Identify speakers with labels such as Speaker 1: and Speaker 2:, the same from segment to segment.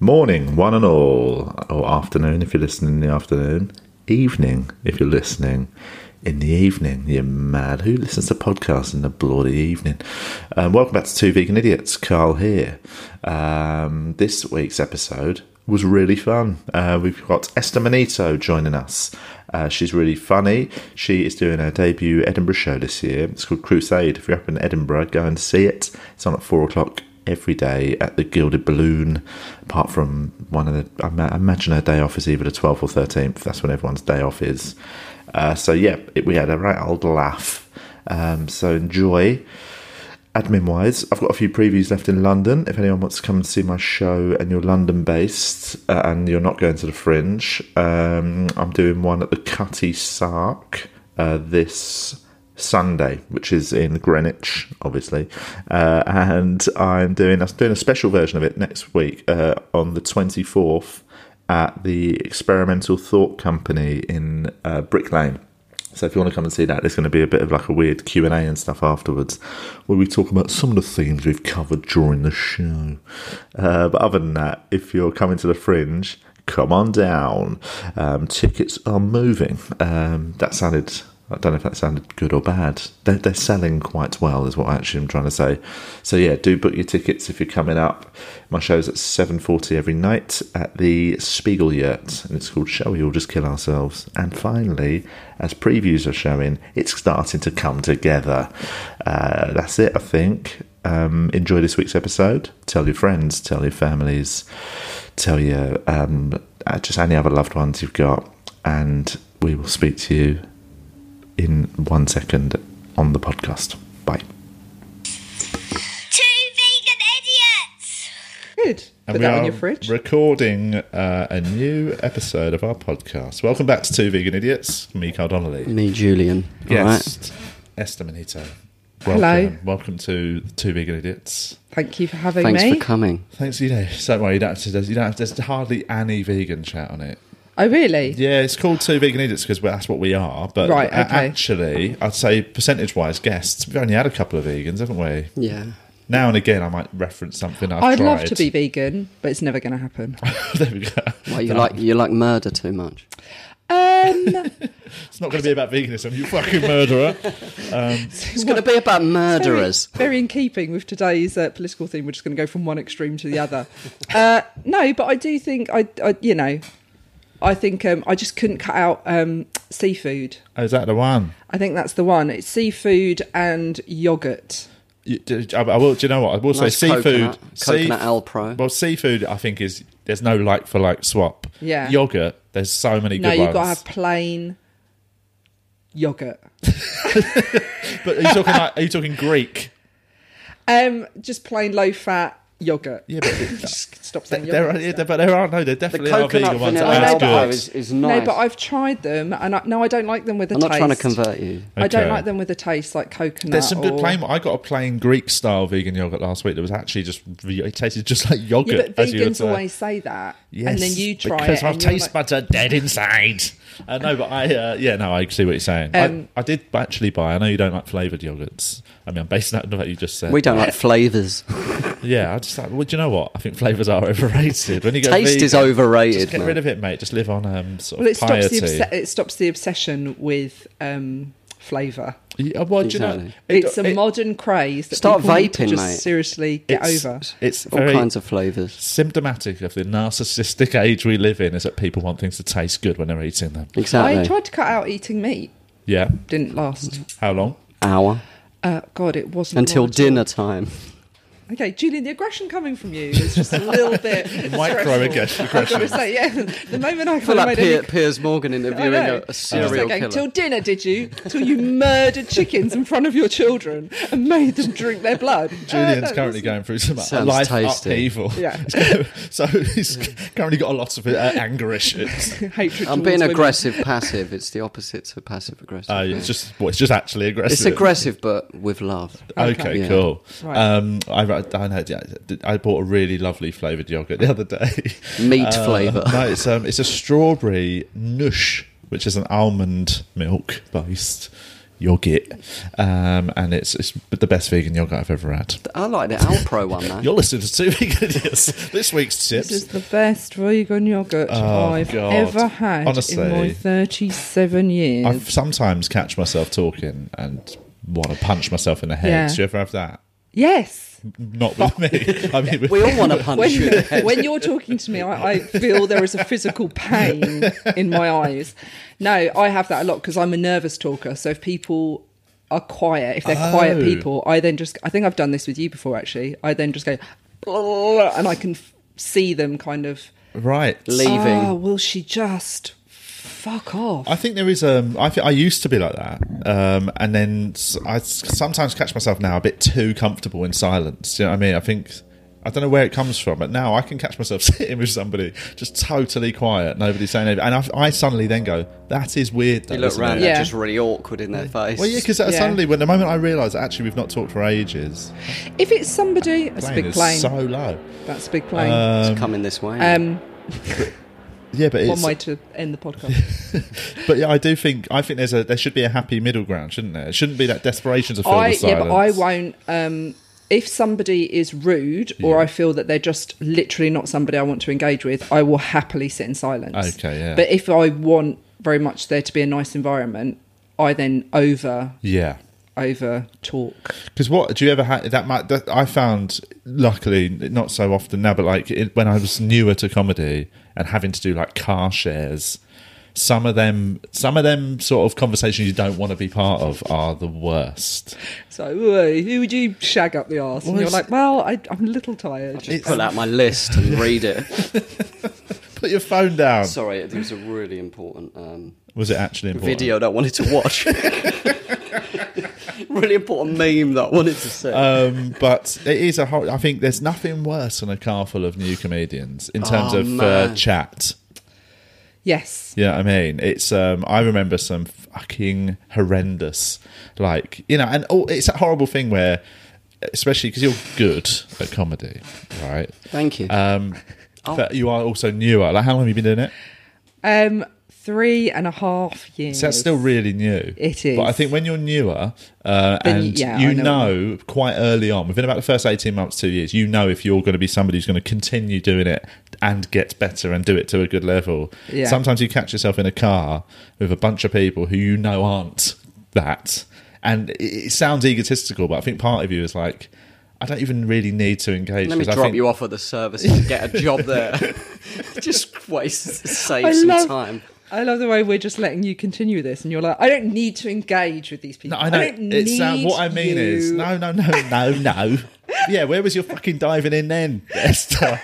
Speaker 1: Morning, one and all, or afternoon if you're listening in the afternoon. Evening if you're listening in the evening. You're mad. Who listens to podcasts in the bloody evening? Um, welcome back to Two Vegan Idiots. Carl here. Um, this week's episode was really fun. Uh, we've got Esther Manito joining us. Uh, she's really funny. She is doing her debut Edinburgh show this year. It's called Crusade. If you're up in Edinburgh, go and see it. It's on at four o'clock every day at the Gilded Balloon, apart from one of the. I ma- I imagine her day off is either the 12th or 13th. That's when everyone's day off is. Uh, so, yeah, it, we had a right old laugh. Um, so, enjoy. Admin wise, I've got a few previews left in London. If anyone wants to come and see my show and you're London based uh, and you're not going to the Fringe, um, I'm doing one at the Cutty Sark uh, this Sunday, which is in Greenwich, obviously, uh, and I'm doing I'm doing a special version of it next week uh, on the 24th at the Experimental Thought Company in uh, Brick Lane. So if you want to come and see that, there's going to be a bit of like a weird Q and A and stuff afterwards, where we talk about some of the themes we've covered during the show. Uh, but other than that, if you're coming to the Fringe, come on down. Um, tickets are moving. Um, that sounded I don't know if that sounded good or bad. They're, they're selling quite well, is what I actually am trying to say. So yeah, do book your tickets if you're coming up. My show's at seven forty every night at the Spiegel Yurt, and it's called "Shall We All Just Kill Ourselves?" And finally, as previews are showing, it's starting to come together. Uh, that's it, I think. Um, enjoy this week's episode. Tell your friends, tell your families, tell your um, uh, just any other loved ones you've got, and we will speak to you in one second on the podcast. Bye.
Speaker 2: Two vegan idiots.
Speaker 3: Good. Put that on your fridge.
Speaker 1: recording uh, a new episode of our podcast. Welcome back to Two Vegan Idiots. Me, Carl Donnelly.
Speaker 4: Me, Julian. All
Speaker 1: Yes. Esther Manito. Welcome.
Speaker 3: Hello.
Speaker 1: Welcome to Two Vegan Idiots.
Speaker 3: Thank you for having
Speaker 4: right. Thanks
Speaker 3: me.
Speaker 4: for coming.
Speaker 1: Thanks, you know, so don't worry, you don't have to, you don't have, there's hardly any vegan chat on it.
Speaker 3: oh, really?
Speaker 1: Yeah, it's called Two Vegan Idiots because that's what we are, but
Speaker 3: Right,
Speaker 1: a-
Speaker 3: okay.
Speaker 1: actually, I'd say percentage-wise, guests, we've only had a couple of vegans, haven't we?
Speaker 4: Yeah.
Speaker 1: Now and again, I might reference something I've
Speaker 3: I'd
Speaker 1: tried.
Speaker 3: love to be vegan, but it's never going to happen.
Speaker 1: there we go.
Speaker 4: Well, you like you like murder too much.
Speaker 3: Um,
Speaker 1: It's not going to be about veganism, you fucking murderer.
Speaker 4: It's going to be about
Speaker 3: very,
Speaker 4: murderers.
Speaker 3: very in keeping with today's uh, political theme. We're just going to go from one extreme to the other. Uh, no, but I do think I, I you know, I think um, I just couldn't cut out um, seafood.
Speaker 1: Oh, is that the one?
Speaker 3: I think that's the one. It's seafood and yogurt.
Speaker 1: You, do, I, I will. Do you know what? I will
Speaker 4: Nice
Speaker 1: say seafood.
Speaker 4: coconut-
Speaker 1: sea-
Speaker 4: coconut L Pro.
Speaker 1: Well, seafood. I think is there's no like for like swap.
Speaker 3: Yeah.
Speaker 1: Yogurt. There's so many
Speaker 3: No,
Speaker 1: good
Speaker 3: you've
Speaker 1: ones.
Speaker 3: got to have plain yogurt.
Speaker 1: But are you talking? Like, are you talking Greek?
Speaker 3: Um, just plain low fat yogurt.
Speaker 1: Yeah, but
Speaker 3: Just stop saying
Speaker 1: there are.
Speaker 3: yogurt.
Speaker 1: Yeah, but there are. No, there definitely are vegan
Speaker 4: Coconut
Speaker 1: ones.
Speaker 4: vanilla
Speaker 1: that
Speaker 3: I
Speaker 1: are
Speaker 3: know,
Speaker 4: L
Speaker 3: that's but
Speaker 4: Pro
Speaker 1: good.
Speaker 4: is, is nice.
Speaker 3: No, but I've tried them, and I, no, I don't like them with a
Speaker 4: I'm
Speaker 3: taste.
Speaker 4: not trying to convert you.
Speaker 3: I don't
Speaker 1: Okay.
Speaker 3: like them with a taste like coconut.
Speaker 1: There's some good
Speaker 3: or-
Speaker 1: plain. I got a plain Greek style vegan yogurt last week. That was actually just. It tasted just like
Speaker 3: Yeah,
Speaker 1: yogurt.
Speaker 3: but
Speaker 1: as you would
Speaker 3: vegans
Speaker 1: say.
Speaker 3: always say that,
Speaker 1: Yes,
Speaker 3: and then you try
Speaker 1: because
Speaker 3: it.
Speaker 1: my
Speaker 3: and you're
Speaker 1: taste
Speaker 3: like,
Speaker 1: buds are dead inside. Uh, no, but I uh, yeah no I see what you're saying.
Speaker 3: Um,
Speaker 1: I, I did actually buy. I know you don't like flavored yogurts. I mean, I'm basing that on what you just said.
Speaker 4: We don't like flavours.
Speaker 1: yeah, I just like. Well, do you know what? I think flavors are overrated. When you go
Speaker 4: Taste is
Speaker 1: vegan,
Speaker 4: overrated,
Speaker 1: Just get
Speaker 4: man.
Speaker 1: rid of it, mate. Just live on um sort
Speaker 3: well, it
Speaker 1: of
Speaker 3: stops
Speaker 1: piety.
Speaker 3: the obs- it stops the obsession with um, flavour.
Speaker 1: Yeah, uh, well, do you know?
Speaker 4: Exactly.
Speaker 1: it-
Speaker 3: It's a
Speaker 1: it-
Speaker 3: modern craze that
Speaker 4: Start
Speaker 3: people need to
Speaker 4: vaping,
Speaker 3: just
Speaker 4: mate.
Speaker 3: seriously get
Speaker 1: it's-
Speaker 3: over.
Speaker 1: It's
Speaker 4: All
Speaker 1: very
Speaker 4: kinds of flavours.
Speaker 1: symptomatic of the narcissistic age we live in. Is that people want things to taste good when they're eating them?
Speaker 3: I
Speaker 4: Exactly.
Speaker 3: tried to cut out eating meat.
Speaker 1: Yeah.
Speaker 3: Didn't last.
Speaker 1: How long?
Speaker 4: Hour
Speaker 3: Uh, God, it wasn't
Speaker 4: until
Speaker 3: long at
Speaker 4: dinner time.
Speaker 3: all. Okay, Julian, the aggression coming from you is just a little bit
Speaker 1: Micro
Speaker 3: stressful. I've got to say, yeah, the moment I
Speaker 4: I feel
Speaker 3: kind of made
Speaker 4: like
Speaker 3: any
Speaker 4: Pier, Piers Morgan
Speaker 3: I
Speaker 4: interviewing
Speaker 3: know.
Speaker 4: a, a
Speaker 3: She was
Speaker 4: serial
Speaker 3: like, Till
Speaker 4: killer.
Speaker 3: dinner, did you? Till you murdered chickens in front of your children and made them drink their blood. Uh,
Speaker 1: Julian's
Speaker 3: that
Speaker 1: currently
Speaker 3: was-
Speaker 1: going through some
Speaker 4: Sounds
Speaker 1: life
Speaker 4: tasty.
Speaker 1: upheaval.
Speaker 3: Yeah.
Speaker 1: He's got- so he's currently got a lot of uh, anger issues.
Speaker 3: Hatred
Speaker 4: I'm
Speaker 3: towards
Speaker 4: being
Speaker 3: women.
Speaker 4: aggressive passive. It's the opposite to passive aggressive.
Speaker 1: Uh, it's just well, it's just actually aggressive.
Speaker 4: it's aggressive, but with love.
Speaker 1: Okay,
Speaker 4: Yeah.
Speaker 1: cool.
Speaker 3: Right.
Speaker 1: Um, I, I, know- yeah, I bought a really lovely flavoured yogurt the other day. Uh,
Speaker 4: Meat flavour.
Speaker 1: No, it's um, it's a strawberry noosh, which is an almond milk based yogurt, um, and it's it's the best vegan yogurt I've ever had.
Speaker 4: I like the Alpro one, man.
Speaker 1: You're listening to two vegan idiots. This week's
Speaker 3: This is
Speaker 1: tips.
Speaker 3: the best vegan yogurt
Speaker 1: Oh,
Speaker 3: I've
Speaker 1: God.
Speaker 3: ever had in my
Speaker 1: Honestly.
Speaker 3: 37 years.
Speaker 1: I sometimes catch myself talking and want to punch myself in the head.
Speaker 3: Yeah. Oh.
Speaker 1: Do you ever have that?
Speaker 3: Yes.
Speaker 1: Not with me. I mean, with
Speaker 4: We all want to punch
Speaker 3: When,
Speaker 4: you in the head.
Speaker 3: when you're talking to me, I, I feel there is a physical pain in my eyes. No, I have that a lot because I'm a nervous talker. So if people are quiet, if they're
Speaker 1: Oh.
Speaker 3: quiet people, I then just, I think I've done this with you before actually. I then just go, and I can f- see them kind of,
Speaker 1: right.
Speaker 4: Leaving.
Speaker 3: oh, will she just fuck off?
Speaker 1: I think there is. Um, I think I used to be like that, um, and then s- I s- sometimes catch myself now a bit too comfortable in silence. Do you know what I mean? I think I don't know where it comes from, but now I can catch myself sitting with somebody just totally quiet, nobody saying anything, and I, I suddenly then go, "That is weird." Though,
Speaker 4: you look
Speaker 1: isn't
Speaker 4: round,
Speaker 1: it?"
Speaker 3: Yeah.
Speaker 4: they're just really awkward in their face.
Speaker 1: Well, yeah, because
Speaker 3: Yeah.
Speaker 1: suddenly, when the moment I realise actually we've not talked for ages,
Speaker 3: If it's somebody, that's a
Speaker 1: plane
Speaker 3: big
Speaker 1: is
Speaker 3: plane.
Speaker 1: so low.
Speaker 3: that's a big plane.
Speaker 4: it's coming this way.
Speaker 3: um,
Speaker 1: Yeah, but
Speaker 3: one
Speaker 1: it's,
Speaker 3: way to end the podcast.
Speaker 1: but yeah, I do think I think there's a there should be a happy middle ground, shouldn't there? It shouldn't be that desperation to fill
Speaker 3: I
Speaker 1: the
Speaker 3: yeah,
Speaker 1: silence.
Speaker 3: but I won't. Um, if somebody is rude or I feel that they're just literally not somebody I want to engage with, I will happily sit in silence.
Speaker 1: Okay, yeah.
Speaker 3: But if I want very much there to be a nice environment, I then over
Speaker 1: Yeah.
Speaker 3: over talk.
Speaker 1: Because what do you ever have that? Might, that I found luckily not so often now, but like it, when I was newer to comedy and having to do like car shares, some of them, some of them sort of conversations you don't want to be part of are the worst.
Speaker 3: So "Oi, who would you shag up the arse? And
Speaker 1: Well,
Speaker 3: you're
Speaker 1: it's-
Speaker 3: like, well, I, I'm a little tired.
Speaker 4: just pull out my list and read it.
Speaker 1: Put your phone down.
Speaker 4: Sorry, it was a really important um,
Speaker 1: Was it actually important?
Speaker 4: video that I wanted to watch. really important meme that I wanted to see.
Speaker 1: Um, but it is a whole. I think there's nothing worse than a car full of new comedians in terms
Speaker 4: Oh,
Speaker 1: of uh,
Speaker 4: man.
Speaker 1: chat.
Speaker 3: Yes.
Speaker 1: Yeah, I mean, it's. Um, I remember some fucking horrendous, like you know, and oh, it's a horrible thing where, especially because you're good at comedy, right?
Speaker 4: Thank you.
Speaker 1: Um, But you are also newer. Like, how long have you been doing it?
Speaker 3: Um, three and a half years.
Speaker 1: So that's still really new.
Speaker 3: It is.
Speaker 1: But I think when you're newer uh,
Speaker 3: Then you-
Speaker 1: and
Speaker 3: yeah,
Speaker 1: you
Speaker 3: I know.
Speaker 1: know quite early on, within about the first 18 months, two years, you know if you're going to be somebody who's going to continue doing it and get better and do it to a good level.
Speaker 3: Yeah.
Speaker 1: Sometimes you catch yourself in a car with a bunch of people who you know aren't that. And it, it sounds egotistical, but I think part of you is like, I don't even really need to engage.
Speaker 4: Let me
Speaker 1: 'cause I
Speaker 4: drop
Speaker 1: think-
Speaker 4: you off at the service and get a job there. just waste, save
Speaker 3: I
Speaker 4: some
Speaker 3: love-
Speaker 4: time.
Speaker 3: I love the way we're just letting you continue this, and you're like, I don't need to engage with these people.
Speaker 1: No, I know.
Speaker 3: don't
Speaker 1: it sound- what I mean is,
Speaker 3: you."
Speaker 1: no, no, no, no, no. Yeah, where was your fucking diving in then, Esther?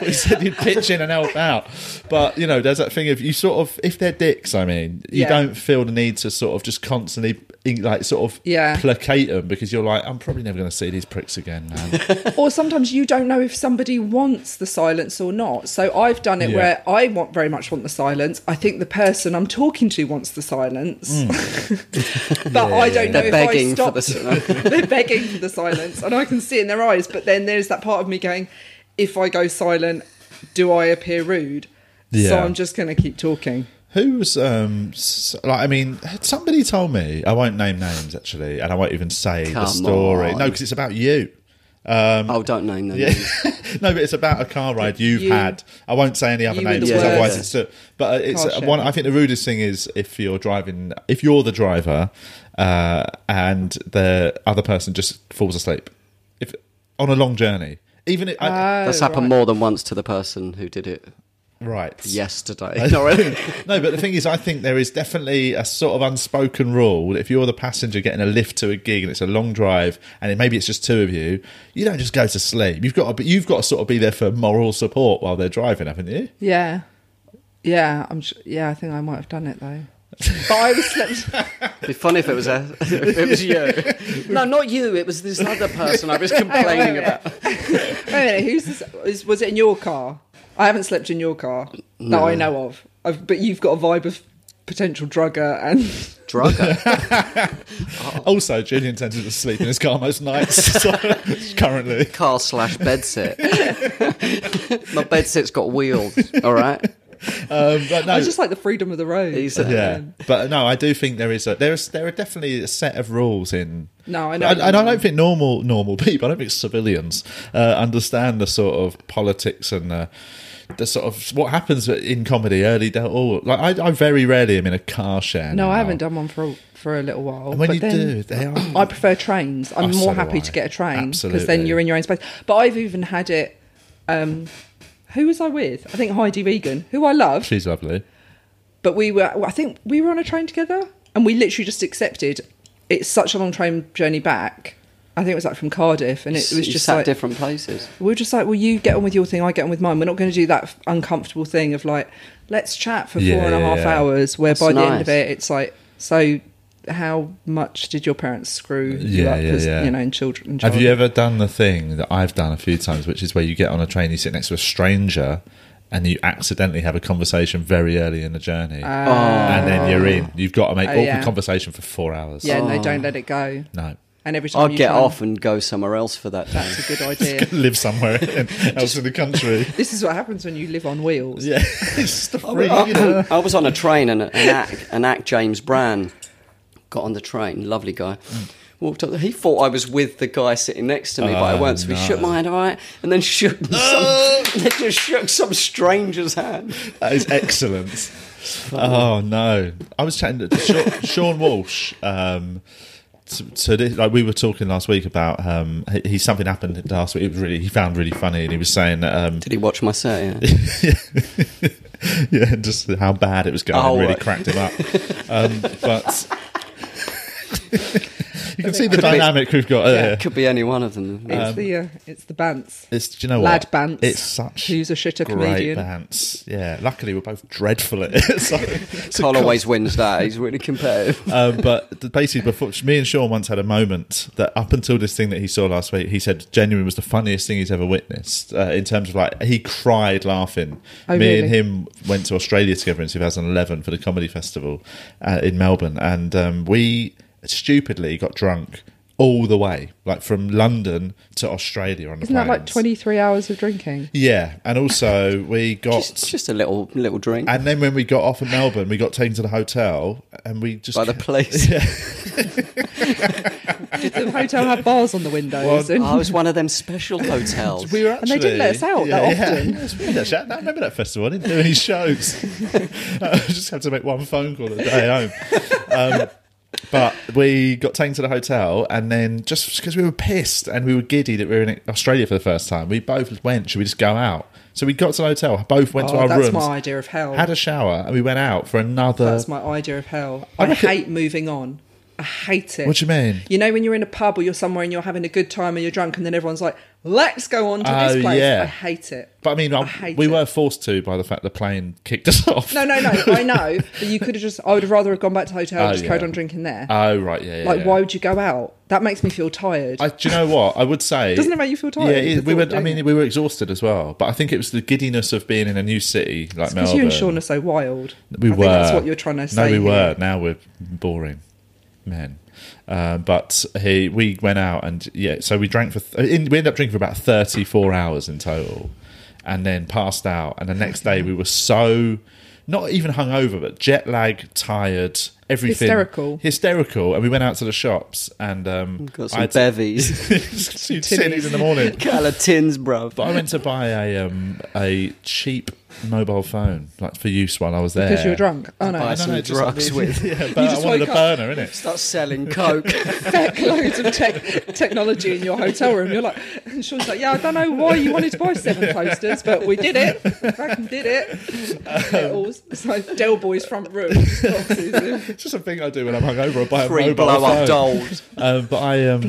Speaker 1: we said you'd pitch in and help out, but you know, there's that thing of you sort of if they're dicks. I mean, you
Speaker 3: Yeah.
Speaker 1: don't feel the need to sort of just constantly like sort of
Speaker 3: Yeah.
Speaker 1: placate them because you're like, I'm probably never going to see these pricks again. Man.
Speaker 3: Or sometimes you don't know if somebody wants the silence or not. So I've done it
Speaker 1: Yeah.
Speaker 3: where I want very much want the silence. I think the person I'm talking to wants the silence,
Speaker 1: Mm.
Speaker 3: but I don't know
Speaker 4: They're
Speaker 3: if I
Speaker 4: begging for
Speaker 3: stop.
Speaker 4: the.
Speaker 3: They're begging for the silence, and I can see in their eyes. But then there's that part of me going, if I go silent, do I appear rude? So
Speaker 1: Yeah.
Speaker 3: I'm just going to keep talking.
Speaker 1: Who's um s- like? I mean, somebody told me I won't name names actually, and I won't even say the
Speaker 4: Come
Speaker 1: story.
Speaker 4: on.
Speaker 1: No, because it's about you.
Speaker 4: oh, don't name them.
Speaker 1: Um, Yeah. no, but it's about a car ride you've
Speaker 3: You-
Speaker 1: had. I won't say any other
Speaker 3: you were
Speaker 1: names
Speaker 3: the
Speaker 1: because
Speaker 3: worst.
Speaker 1: otherwise it's. Too, but uh, it's
Speaker 3: Car
Speaker 1: uh,
Speaker 3: shit.
Speaker 1: one. I think the rudest thing is if you're driving, if you're the driver, uh, and the other person just falls asleep, if on a long journey, even if, I,
Speaker 4: That's
Speaker 3: Oh,
Speaker 4: happened
Speaker 3: right.
Speaker 4: more than once to the person who did it
Speaker 1: right,
Speaker 4: yesterday. No, really.
Speaker 1: no, but the thing is, I think there is definitely a sort of unspoken rule. If you're the passenger getting a lift to a gig and it's a long drive, and it, maybe it's just two of you, you don't just go to sleep. You've got to, be- you've got to sort of be there for moral support while they're driving, haven't you?
Speaker 3: Yeah, yeah, I'm. Sh- yeah, I think I might have done it though. but I was slept.
Speaker 4: It'd be funny if it was a, if it was you. No, not you. It was this other person I was complaining about.
Speaker 3: Wait a minute, who's this? Is, was it in your car? I haven't slept in your car that I know of. I've, but you've got a vibe of potential drugger, and
Speaker 4: Drugger.
Speaker 1: Also, Julian tends to sleep in his car most nights so- currently.
Speaker 4: Car slash bedsit. My bedsit has got wheels. All right.
Speaker 1: Um, but no,
Speaker 3: I just like the freedom of the road.
Speaker 4: Oh. He's-
Speaker 3: but,
Speaker 1: yeah,
Speaker 3: um,
Speaker 1: but no, I do think there is a there is there are definitely a set of rules in.
Speaker 3: No, I know
Speaker 1: and,
Speaker 3: what
Speaker 1: and
Speaker 3: you
Speaker 1: I don't
Speaker 3: mean.
Speaker 1: think normal normal people, I don't think civilians uh, understand the sort of politics and the, the sort of what happens in comedy early. Del- all like I, I very rarely am in a car share.
Speaker 3: No,
Speaker 1: now.
Speaker 3: I haven't done one for a, for a little while.
Speaker 1: And when
Speaker 3: but
Speaker 1: you
Speaker 3: then-
Speaker 1: do, they are.
Speaker 3: I prefer trains. I'm
Speaker 1: Oh, so
Speaker 3: more
Speaker 1: do I.
Speaker 3: happy to get a train because
Speaker 1: Absolutely.
Speaker 3: then you're in your own space. But I've even had it. Um, who was I with? I think Heidi Regan, who I love.
Speaker 1: She's lovely.
Speaker 3: but we were well, i think we were on a train together and we literally just accepted it's such a long train journey back i think it was like from cardiff and it was
Speaker 4: You
Speaker 3: just
Speaker 4: sat
Speaker 3: like
Speaker 4: different places.
Speaker 3: we were just like well you get on with your thing i get on with mine we're not going to do that f- uncomfortable thing of like let's chat for
Speaker 1: Yeah,
Speaker 3: four and a
Speaker 1: yeah,
Speaker 3: half
Speaker 1: yeah.
Speaker 3: hours where
Speaker 4: That's
Speaker 3: by the end of
Speaker 4: nice.
Speaker 3: it it's like so how much did your parents screw you
Speaker 1: Yeah,
Speaker 3: up
Speaker 1: yeah,
Speaker 3: as
Speaker 1: yeah.
Speaker 3: you know in children in
Speaker 1: Have you
Speaker 3: childhood?"
Speaker 1: ever done the thing that I've done a few times, which is where you get on a train, you sit next to a stranger, and you accidentally have a conversation very early in the journey, and then you're in. You've got to make
Speaker 3: Oh,
Speaker 1: awkward
Speaker 3: yeah.
Speaker 1: conversation for four hours.
Speaker 3: yeah no don't let it go
Speaker 1: No,
Speaker 3: and every time
Speaker 4: I'd
Speaker 3: you
Speaker 4: get
Speaker 3: try and-
Speaker 4: off and go somewhere else for that day.
Speaker 3: that's a good idea
Speaker 1: live somewhere in- else in the country.
Speaker 3: this is what happens when you live on wheels
Speaker 1: Yeah, it's just a free. you know.
Speaker 4: I was on a train and an act, an act James Brand got on the train, lovely guy. Walked up, he thought I was with the guy sitting next to me, but I
Speaker 1: Oh,
Speaker 4: weren't. So he
Speaker 1: no.
Speaker 4: shook my hand, all right, and then shook some, then just shook some stranger's hand.
Speaker 1: That is excellent. oh no, I was chatting to Sean, Sean Walsh. Um, to, to this, like we were talking last week about um, he, he something happened last week. It was really he found really funny, and he was saying that um,
Speaker 4: Did he watch my set? Yeah.
Speaker 1: yeah, just how bad it was going
Speaker 4: Oh,
Speaker 1: really
Speaker 4: right.
Speaker 1: cracked him up. um, but you can see the
Speaker 4: Could be-
Speaker 1: dynamic we've got. uh, here.
Speaker 4: Could be any one of them.
Speaker 3: It's the
Speaker 1: Um,
Speaker 3: uh, it's the bants.
Speaker 1: It's do you know
Speaker 3: Lad
Speaker 1: what?
Speaker 3: Bantz,
Speaker 1: It's such
Speaker 3: who's a shitter
Speaker 1: great
Speaker 3: comedian.
Speaker 1: Bantz. Yeah, luckily we're both dreadful at it. So, so
Speaker 4: Carl always wins that. He's really competitive.
Speaker 1: um, but th- basically, before me and Sean once had a moment that up until this thing that he saw last week, he said genuine was the funniest thing he's ever witnessed uh, in terms of like he cried laughing.
Speaker 3: Oh,
Speaker 1: me
Speaker 3: really?
Speaker 1: and him went to Australia together in 2011 for the comedy festival uh, in Melbourne, and um, we stupidly got drunk all the way, like from London to Australia on the
Speaker 3: Isn't that like
Speaker 1: planes.
Speaker 3: 23 hours of drinking?
Speaker 1: Yeah, and also we got.
Speaker 4: Just, just a little little drink
Speaker 1: and then when we got off in Melbourne, we got taken to the hotel, and we just
Speaker 4: by the police.
Speaker 3: Did the hotel have bars on the windows?
Speaker 1: Well,
Speaker 3: and,
Speaker 4: I was one of them special hotels.
Speaker 1: We were
Speaker 3: And they didn't let us out that often.
Speaker 1: It's weird, actually. I don't remember that festival. I didn't do any shows. I just had to make one phone call a day home. Um, but we got taken to the hotel, and then just because we were pissed and we were giddy that we were in Australia for the first time, we both went. Should we just go out? So we got to the hotel, both went to
Speaker 3: Oh,
Speaker 1: our
Speaker 3: that's
Speaker 1: rooms,
Speaker 3: my idea of hell.
Speaker 1: had a shower, and we went out for another.
Speaker 3: that's my idea of hell.
Speaker 1: uh, I
Speaker 3: I,
Speaker 1: reckon-
Speaker 3: hate moving on. I hate it.
Speaker 1: What do you mean?
Speaker 3: You know when you're in a pub or you're somewhere and you're having a good time and you're drunk and then everyone's like, let's go on to
Speaker 1: Oh,
Speaker 3: this place.
Speaker 1: yeah.
Speaker 3: I hate it.
Speaker 1: But I mean, um,
Speaker 3: hate
Speaker 1: we
Speaker 3: it.
Speaker 1: were forced to by the fact the plane kicked us off.
Speaker 3: No, no, no. I know. But you could have just, I would have rather have gone back to the hotel
Speaker 1: Oh,
Speaker 3: and just carried
Speaker 1: yeah.
Speaker 3: on drinking there.
Speaker 1: Oh right, yeah, yeah.
Speaker 3: like,
Speaker 1: yeah.
Speaker 3: why would you go out? That makes me feel tired.
Speaker 1: I, do you know what I would say?
Speaker 3: Doesn't it make you feel tired?
Speaker 1: Yeah, it is.
Speaker 3: The
Speaker 1: we
Speaker 3: thought
Speaker 1: were.
Speaker 3: of
Speaker 1: I
Speaker 3: doing
Speaker 1: mean,
Speaker 3: it.
Speaker 1: we were exhausted as well. But I think it was the giddiness of being in a new city like
Speaker 3: Because
Speaker 1: Melbourne.
Speaker 3: you and Sean are so wild.
Speaker 1: we
Speaker 3: I
Speaker 1: were.
Speaker 3: Think that's what you're trying to say.
Speaker 1: No, we
Speaker 3: here.
Speaker 1: were. Now we're boring men. Um, but he, we went out and yeah, so we drank for. Th- in, we ended up drinking for about thirty-four hours in total, and then passed out. And the next day we were so not even hungover, but jet lag, tired, everything
Speaker 3: Hysterical.
Speaker 1: hysterical. And we went out to the shops and um,
Speaker 4: Got
Speaker 1: I
Speaker 4: some
Speaker 1: had to-
Speaker 4: bevies.
Speaker 1: Two tinnies in the morning.
Speaker 4: Couple of tins, bruv.
Speaker 1: But I went to buy a um, a cheap mobile phone, like for use while I was there.
Speaker 3: Because you were drunk. Oh no.
Speaker 4: Buy
Speaker 1: No,
Speaker 4: some
Speaker 1: no, just
Speaker 4: drugs
Speaker 1: like-
Speaker 4: with.
Speaker 1: Yeah, but I
Speaker 3: just
Speaker 1: wanted a
Speaker 3: woke up.
Speaker 1: burner, innit?
Speaker 4: Start selling coke.
Speaker 3: Stack loads of tech, technology in your hotel room. You're like, and Sean's like, yeah, I don't know why you wanted to buy seven posters, but we did it. Fucking did it. it all, it's like Del Boy's front room.
Speaker 1: It's just a thing I do when I'm hungover. I buy a
Speaker 4: Three
Speaker 1: mobile
Speaker 4: blow up
Speaker 1: phone.
Speaker 4: dolls.
Speaker 1: Um, but I um,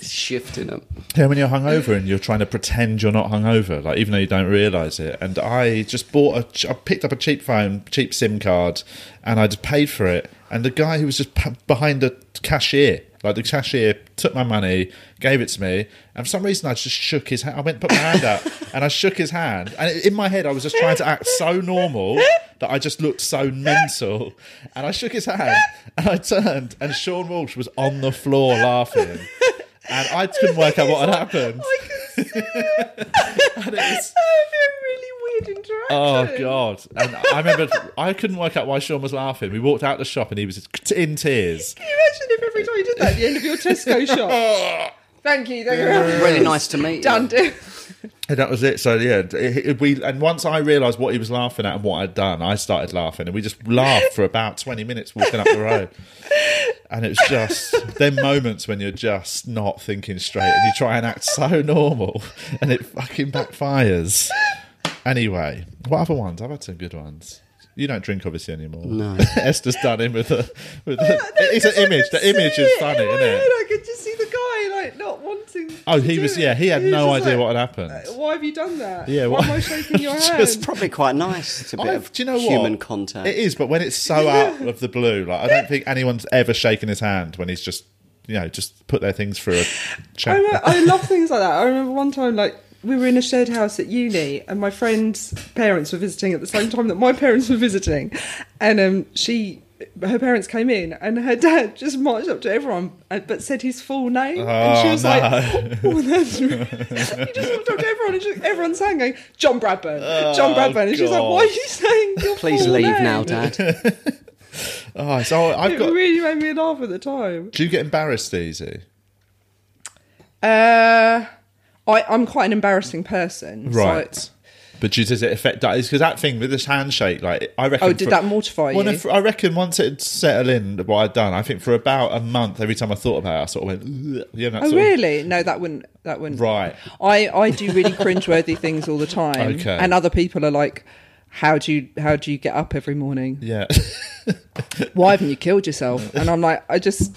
Speaker 4: Shifting them.
Speaker 1: yeah, when you're hungover and you're trying to pretend you're not hungover, like even though you don't realise it. And I just bought a, ch- I picked up a cheap phone, cheap SIM card, and I just paid for it. And the guy who was just p- behind the cashier, like the cashier, took my money, gave it to me, and for some reason I just shook his hand. I went and put my hand out, and I shook his hand. And in my head, I was just trying to act so normal that I just looked so mental. And I shook his hand, and I turned, and Sean Walsh was on the floor laughing. And I couldn't work out what had happened.
Speaker 3: I can see it.
Speaker 1: And it was,
Speaker 3: That'd be a really weird interaction.
Speaker 1: Oh god! And I remember I couldn't work out why Sean was laughing. We walked out the shop and he was in tears.
Speaker 3: Can you imagine if every time you did that at the end of your Tesco shop? Thank you. Thank you.
Speaker 4: Really nice to meet you.
Speaker 3: Done. deal.
Speaker 1: And that was it. So yeah, it, it- we and once I realised what he was laughing at and what I'd done, I started laughing, and we just laughed for about twenty minutes walking up the road. And it's just them moments when you're just not thinking straight, and you try and act so normal, and it fucking backfires. Anyway, what other ones? I've had some good ones. You don't drink obviously anymore. No, Esther's done him with a with
Speaker 3: Oh,
Speaker 1: a. it's an image. The image is funny,
Speaker 3: in
Speaker 1: isn't it?
Speaker 3: I could just see the guy like not wanting.
Speaker 1: Oh,
Speaker 3: to
Speaker 1: he
Speaker 3: do
Speaker 1: was.
Speaker 3: it.
Speaker 1: Yeah, he had
Speaker 3: was
Speaker 1: no
Speaker 3: just
Speaker 1: idea
Speaker 3: like,
Speaker 1: what had happened.
Speaker 3: Why have you done that?
Speaker 1: Yeah,
Speaker 3: why
Speaker 1: why-
Speaker 3: am I shaking your hand?
Speaker 1: Just
Speaker 4: Probably quite nice to be
Speaker 1: I've-
Speaker 4: of human contact.
Speaker 1: It is, but when it's so out of the blue, like I don't think anyone's ever shaken his hand when he's just, you know, just put their things through a
Speaker 3: I,
Speaker 1: chat.
Speaker 3: remember, I love things like that. I remember one time, like, we were in a shared house at uni, and my friend's parents were visiting at the same time that my parents were visiting. And um, she, her parents came in, and her dad just marched up to everyone, uh, but said his full name. and she
Speaker 1: Oh,
Speaker 3: was
Speaker 1: no.
Speaker 3: like, oh, that's rude." He just walked up to everyone, and she, everyone's saying, going, John Bradburn, John Bradburn. And she was like,
Speaker 1: Oh, God.
Speaker 3: why are you saying your
Speaker 4: Please
Speaker 3: full
Speaker 4: leave
Speaker 3: name?"
Speaker 4: now, Dad.
Speaker 1: oh, so I've
Speaker 3: It
Speaker 1: got.
Speaker 3: really made me laugh at the time.
Speaker 1: Do you get embarrassed easy?
Speaker 3: Uh, I, I'm quite an embarrassing person. so
Speaker 1: Right.
Speaker 3: it's-
Speaker 1: but do- does it affect that? Because that thing with this handshake, like I reckon.
Speaker 3: Oh, did that mortify
Speaker 1: well,
Speaker 3: you?
Speaker 1: if- I reckon once it settled in what I'd done, I think for about a month, every time I thought about it, I sort of went. "Ugh," You know, that
Speaker 3: Oh
Speaker 1: sort of-
Speaker 3: really? No, that wouldn't. That wouldn't.
Speaker 1: Right.
Speaker 3: I I do really cringeworthy things all the time,
Speaker 1: Okay.
Speaker 3: and other people are like, "How do you how do you get up every morning?
Speaker 1: Yeah.
Speaker 3: Why haven't you killed yourself?" And I'm like, I just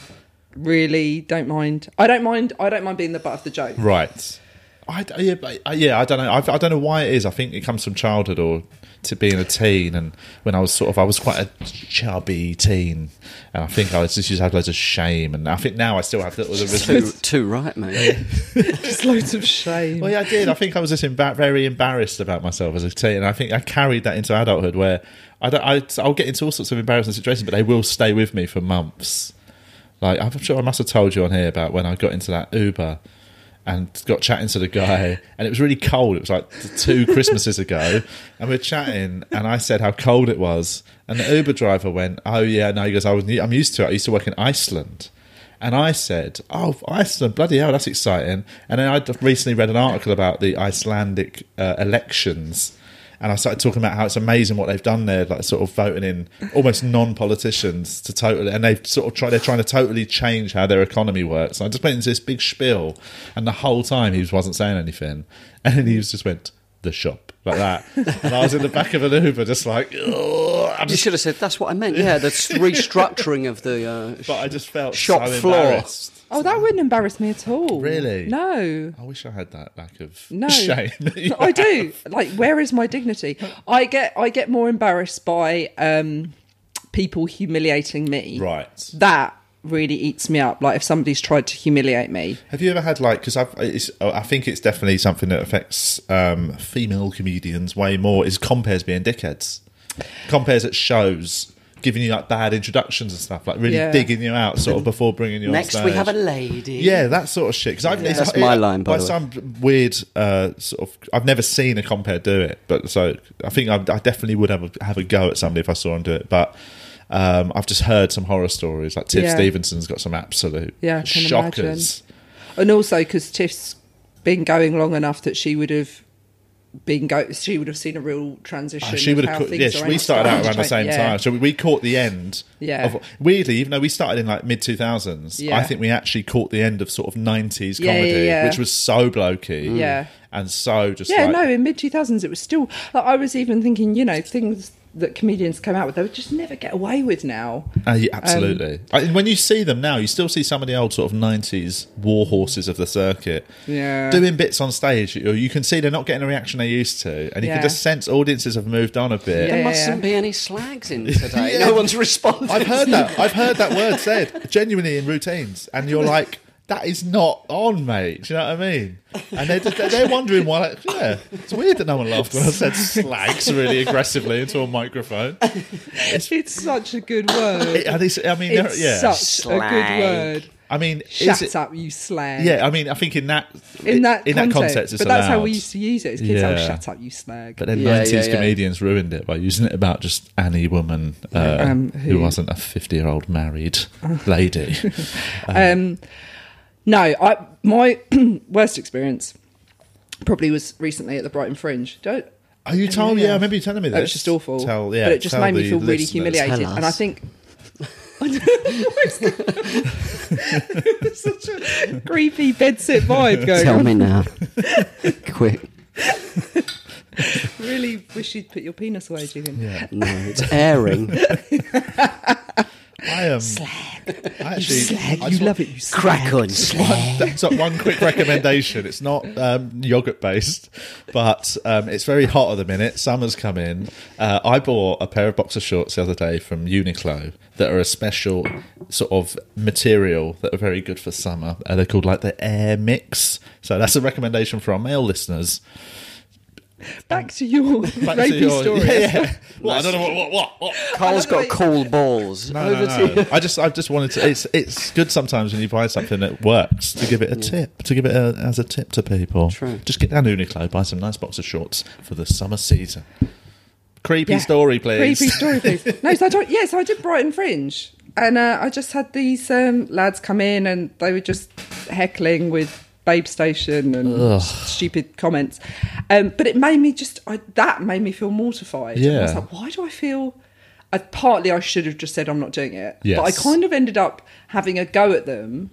Speaker 3: really don't mind. I don't mind. I don't mind being the butt of the joke.
Speaker 1: Right. I, d- yeah, but, I- yeah, I don't know. I've, I don't know why it is. I think it comes from childhood or to being a teen. And when I was sort of, I was quite a chubby teen, and I think I was just used to have loads of shame. And I think now I still have little.
Speaker 4: too, too right, mate.
Speaker 3: Just loads of shame.
Speaker 1: well, Oh, yeah, I did. I think I was just emba- very embarrassed about myself as a teen. And I think I carried that into adulthood, where I don't, I, I'll get into all sorts of embarrassing situations, but they will stay with me for months. Like I'm sure I must have told you on here about when I got into that Uber and got chatting to the guy, and it was really cold. It was like t- two Christmases ago, and we are chatting, and I said how cold it was, and the Uber driver went, "Oh yeah, no," he goes, "I was, I'm used to it. I used to work in Iceland." And I said, "Oh, Iceland! Bloody hell, that's exciting!" And then I'd recently read an article about the Icelandic uh, elections, and I started talking about how it's amazing what they've done there, like sort of voting in almost non-politicians to totally, and they've sort of tried, they're trying to totally change how their economy works. And I just went into this big spiel, and the whole time he wasn't saying anything, and then he was just went the shop like that, and I was in the back of an Uber, just like, "Ugh," I
Speaker 4: You
Speaker 1: just,
Speaker 4: should have said that's what I meant. Yeah, the s- restructuring of the. Uh, sh-
Speaker 1: but I just felt
Speaker 4: Shop
Speaker 1: so
Speaker 4: floor.
Speaker 1: embarrassed.
Speaker 3: Oh, that wouldn't embarrass me at all.
Speaker 1: Really?
Speaker 3: No.
Speaker 1: I wish I had that lack of
Speaker 3: No.
Speaker 1: shame. that you
Speaker 3: I do. Like, where is my dignity? I get I get more embarrassed by um, people humiliating me.
Speaker 1: Right.
Speaker 3: That really eats me up. Like if somebody's tried to humiliate me.
Speaker 1: Have you ever had like because I've it's, oh, I think it's definitely something that affects um, female comedians way more is compares being dickheads, compares at shows giving you like bad introductions and stuff like really
Speaker 3: Yeah.
Speaker 1: digging you out sort of before bringing you on
Speaker 4: next, we
Speaker 1: stage.
Speaker 4: have a lady.
Speaker 1: Yeah, that sort of shit. Because I've it's-
Speaker 4: That's my line, by the
Speaker 1: some weird uh, sort of, I've never seen a compare do it, but so I think I, I definitely would have a, have a go at somebody if I saw them do it. But um, I've just heard some horror stories. Like Tiff
Speaker 3: Yeah.
Speaker 1: Stevenson's got some absolute
Speaker 3: Yeah, I can
Speaker 1: shockers.
Speaker 3: and also because Tiff's been going long enough that she would have been go she would have seen a real transition.
Speaker 1: Oh, she
Speaker 3: of
Speaker 1: would
Speaker 3: how
Speaker 1: have. Caught,
Speaker 3: things
Speaker 1: yeah,
Speaker 3: are
Speaker 1: we
Speaker 3: arranged.
Speaker 1: started out around the same
Speaker 3: Yeah.
Speaker 1: time, so we, we caught the end.
Speaker 3: Yeah.
Speaker 1: Of, weirdly, even though we started in like mid two thousands,
Speaker 3: Yeah.
Speaker 1: I think we actually caught the end of sort of nineties
Speaker 3: Yeah, yeah,
Speaker 1: comedy,
Speaker 3: yeah. Mm.
Speaker 1: which was so blokey.
Speaker 3: Yeah.
Speaker 1: And so just
Speaker 3: Yeah,
Speaker 1: like,
Speaker 3: no, in mid two thousands it was still like I was even thinking, you know, things that comedians come out with they would just never get away with now.
Speaker 1: Uh, yeah, absolutely. I, when you see them now, you still see some of the old sort of '90s war horses of the circuit,
Speaker 3: Yeah.
Speaker 1: doing bits on stage. You, you can see they're not getting the reaction they used to, and you
Speaker 3: Yeah.
Speaker 1: can just sense audiences have moved on a bit.
Speaker 3: Yeah.
Speaker 4: There mustn't be any slags in today. No one's responding.
Speaker 1: I've heard that. I've heard that word said genuinely in routines, and you're like, that is not on, mate. Do you know what I mean? And they're, just, they're wondering why. Like, yeah, it's weird that no one laughed when I said slags really aggressively into a microphone.
Speaker 3: It's such a good word.
Speaker 1: It- and it's- I mean,
Speaker 3: It's
Speaker 1: yeah.
Speaker 3: such a
Speaker 4: Slag.
Speaker 3: good word.
Speaker 1: I I mean,
Speaker 3: Shut
Speaker 1: is it,
Speaker 3: up, you slag.
Speaker 1: Yeah, I mean, I think in that
Speaker 3: In that,
Speaker 1: in that context, it's
Speaker 3: but that's how
Speaker 1: allowed.
Speaker 3: we used to use it as kids. Oh,
Speaker 1: Yeah.
Speaker 3: shut up, you slag.
Speaker 1: But then
Speaker 4: Yeah, yeah,
Speaker 1: nineties
Speaker 4: yeah.
Speaker 1: comedians ruined it by using it about just any woman uh,
Speaker 3: um,
Speaker 1: who
Speaker 3: who-
Speaker 1: wasn't a fifty-year-old married lady. uh,
Speaker 3: Um, no, I my worst experience probably was recently at the Brighton Fringe. Don't
Speaker 1: Oh, you told me. Yeah. I remember you telling me this.
Speaker 3: it was just awful.
Speaker 1: Tell, yeah,
Speaker 3: but it just
Speaker 1: tell
Speaker 3: made me
Speaker 1: the
Speaker 3: feel really
Speaker 1: listeners.
Speaker 3: humiliated.
Speaker 4: Tell us.
Speaker 3: And I think It's such a creepy bedsit vibe going
Speaker 4: Tell
Speaker 3: on.
Speaker 4: me now. Quick.
Speaker 3: Really wish you'd put your penis away, Julian.
Speaker 1: Yeah.
Speaker 4: No, it's airing.
Speaker 1: I am. Um, slag. I actually,
Speaker 3: Slag,
Speaker 1: I
Speaker 3: you
Speaker 1: just
Speaker 3: love it, you slag.
Speaker 4: Crack on, slag.
Speaker 1: want- That's not one quick recommendation. It's not um, yogurt based, but um, it's very hot at the minute. Summer's come in. Uh, I bought a pair of boxer shorts the other day from Uniqlo that are a special sort of material that are very good for summer. Uh, they're called like the Air Mix. So that's a recommendation for our male listeners.
Speaker 3: Back to your
Speaker 1: Um, Back
Speaker 3: rapey
Speaker 1: to your-
Speaker 3: story.
Speaker 1: Yeah, yeah. What, I don't know what what what. what?
Speaker 4: Carl's got
Speaker 3: Another-
Speaker 4: cool balls.
Speaker 1: No, no, no. I just, I just wanted to. It's, it's good sometimes when you buy something that works to give it a tip, to give it a, as a tip to people.
Speaker 4: True.
Speaker 1: Just get down to Uniqlo, buy some nice boxer shorts for the summer season. Creepy
Speaker 3: Yeah.
Speaker 1: story, please.
Speaker 3: Creepy story, please. no, so I don't. Yeah, so I did Brighton Fringe, and uh, I just had these um, lads come in, and they were just heckling with Babe Station and stupid comments. Um, but it made me just I, that made me feel mortified. And I was
Speaker 1: Yeah.
Speaker 3: like, why do I feel? I, partly, I should have just said I'm not doing it. But I
Speaker 1: Yes.
Speaker 3: kind of ended up having a go at them,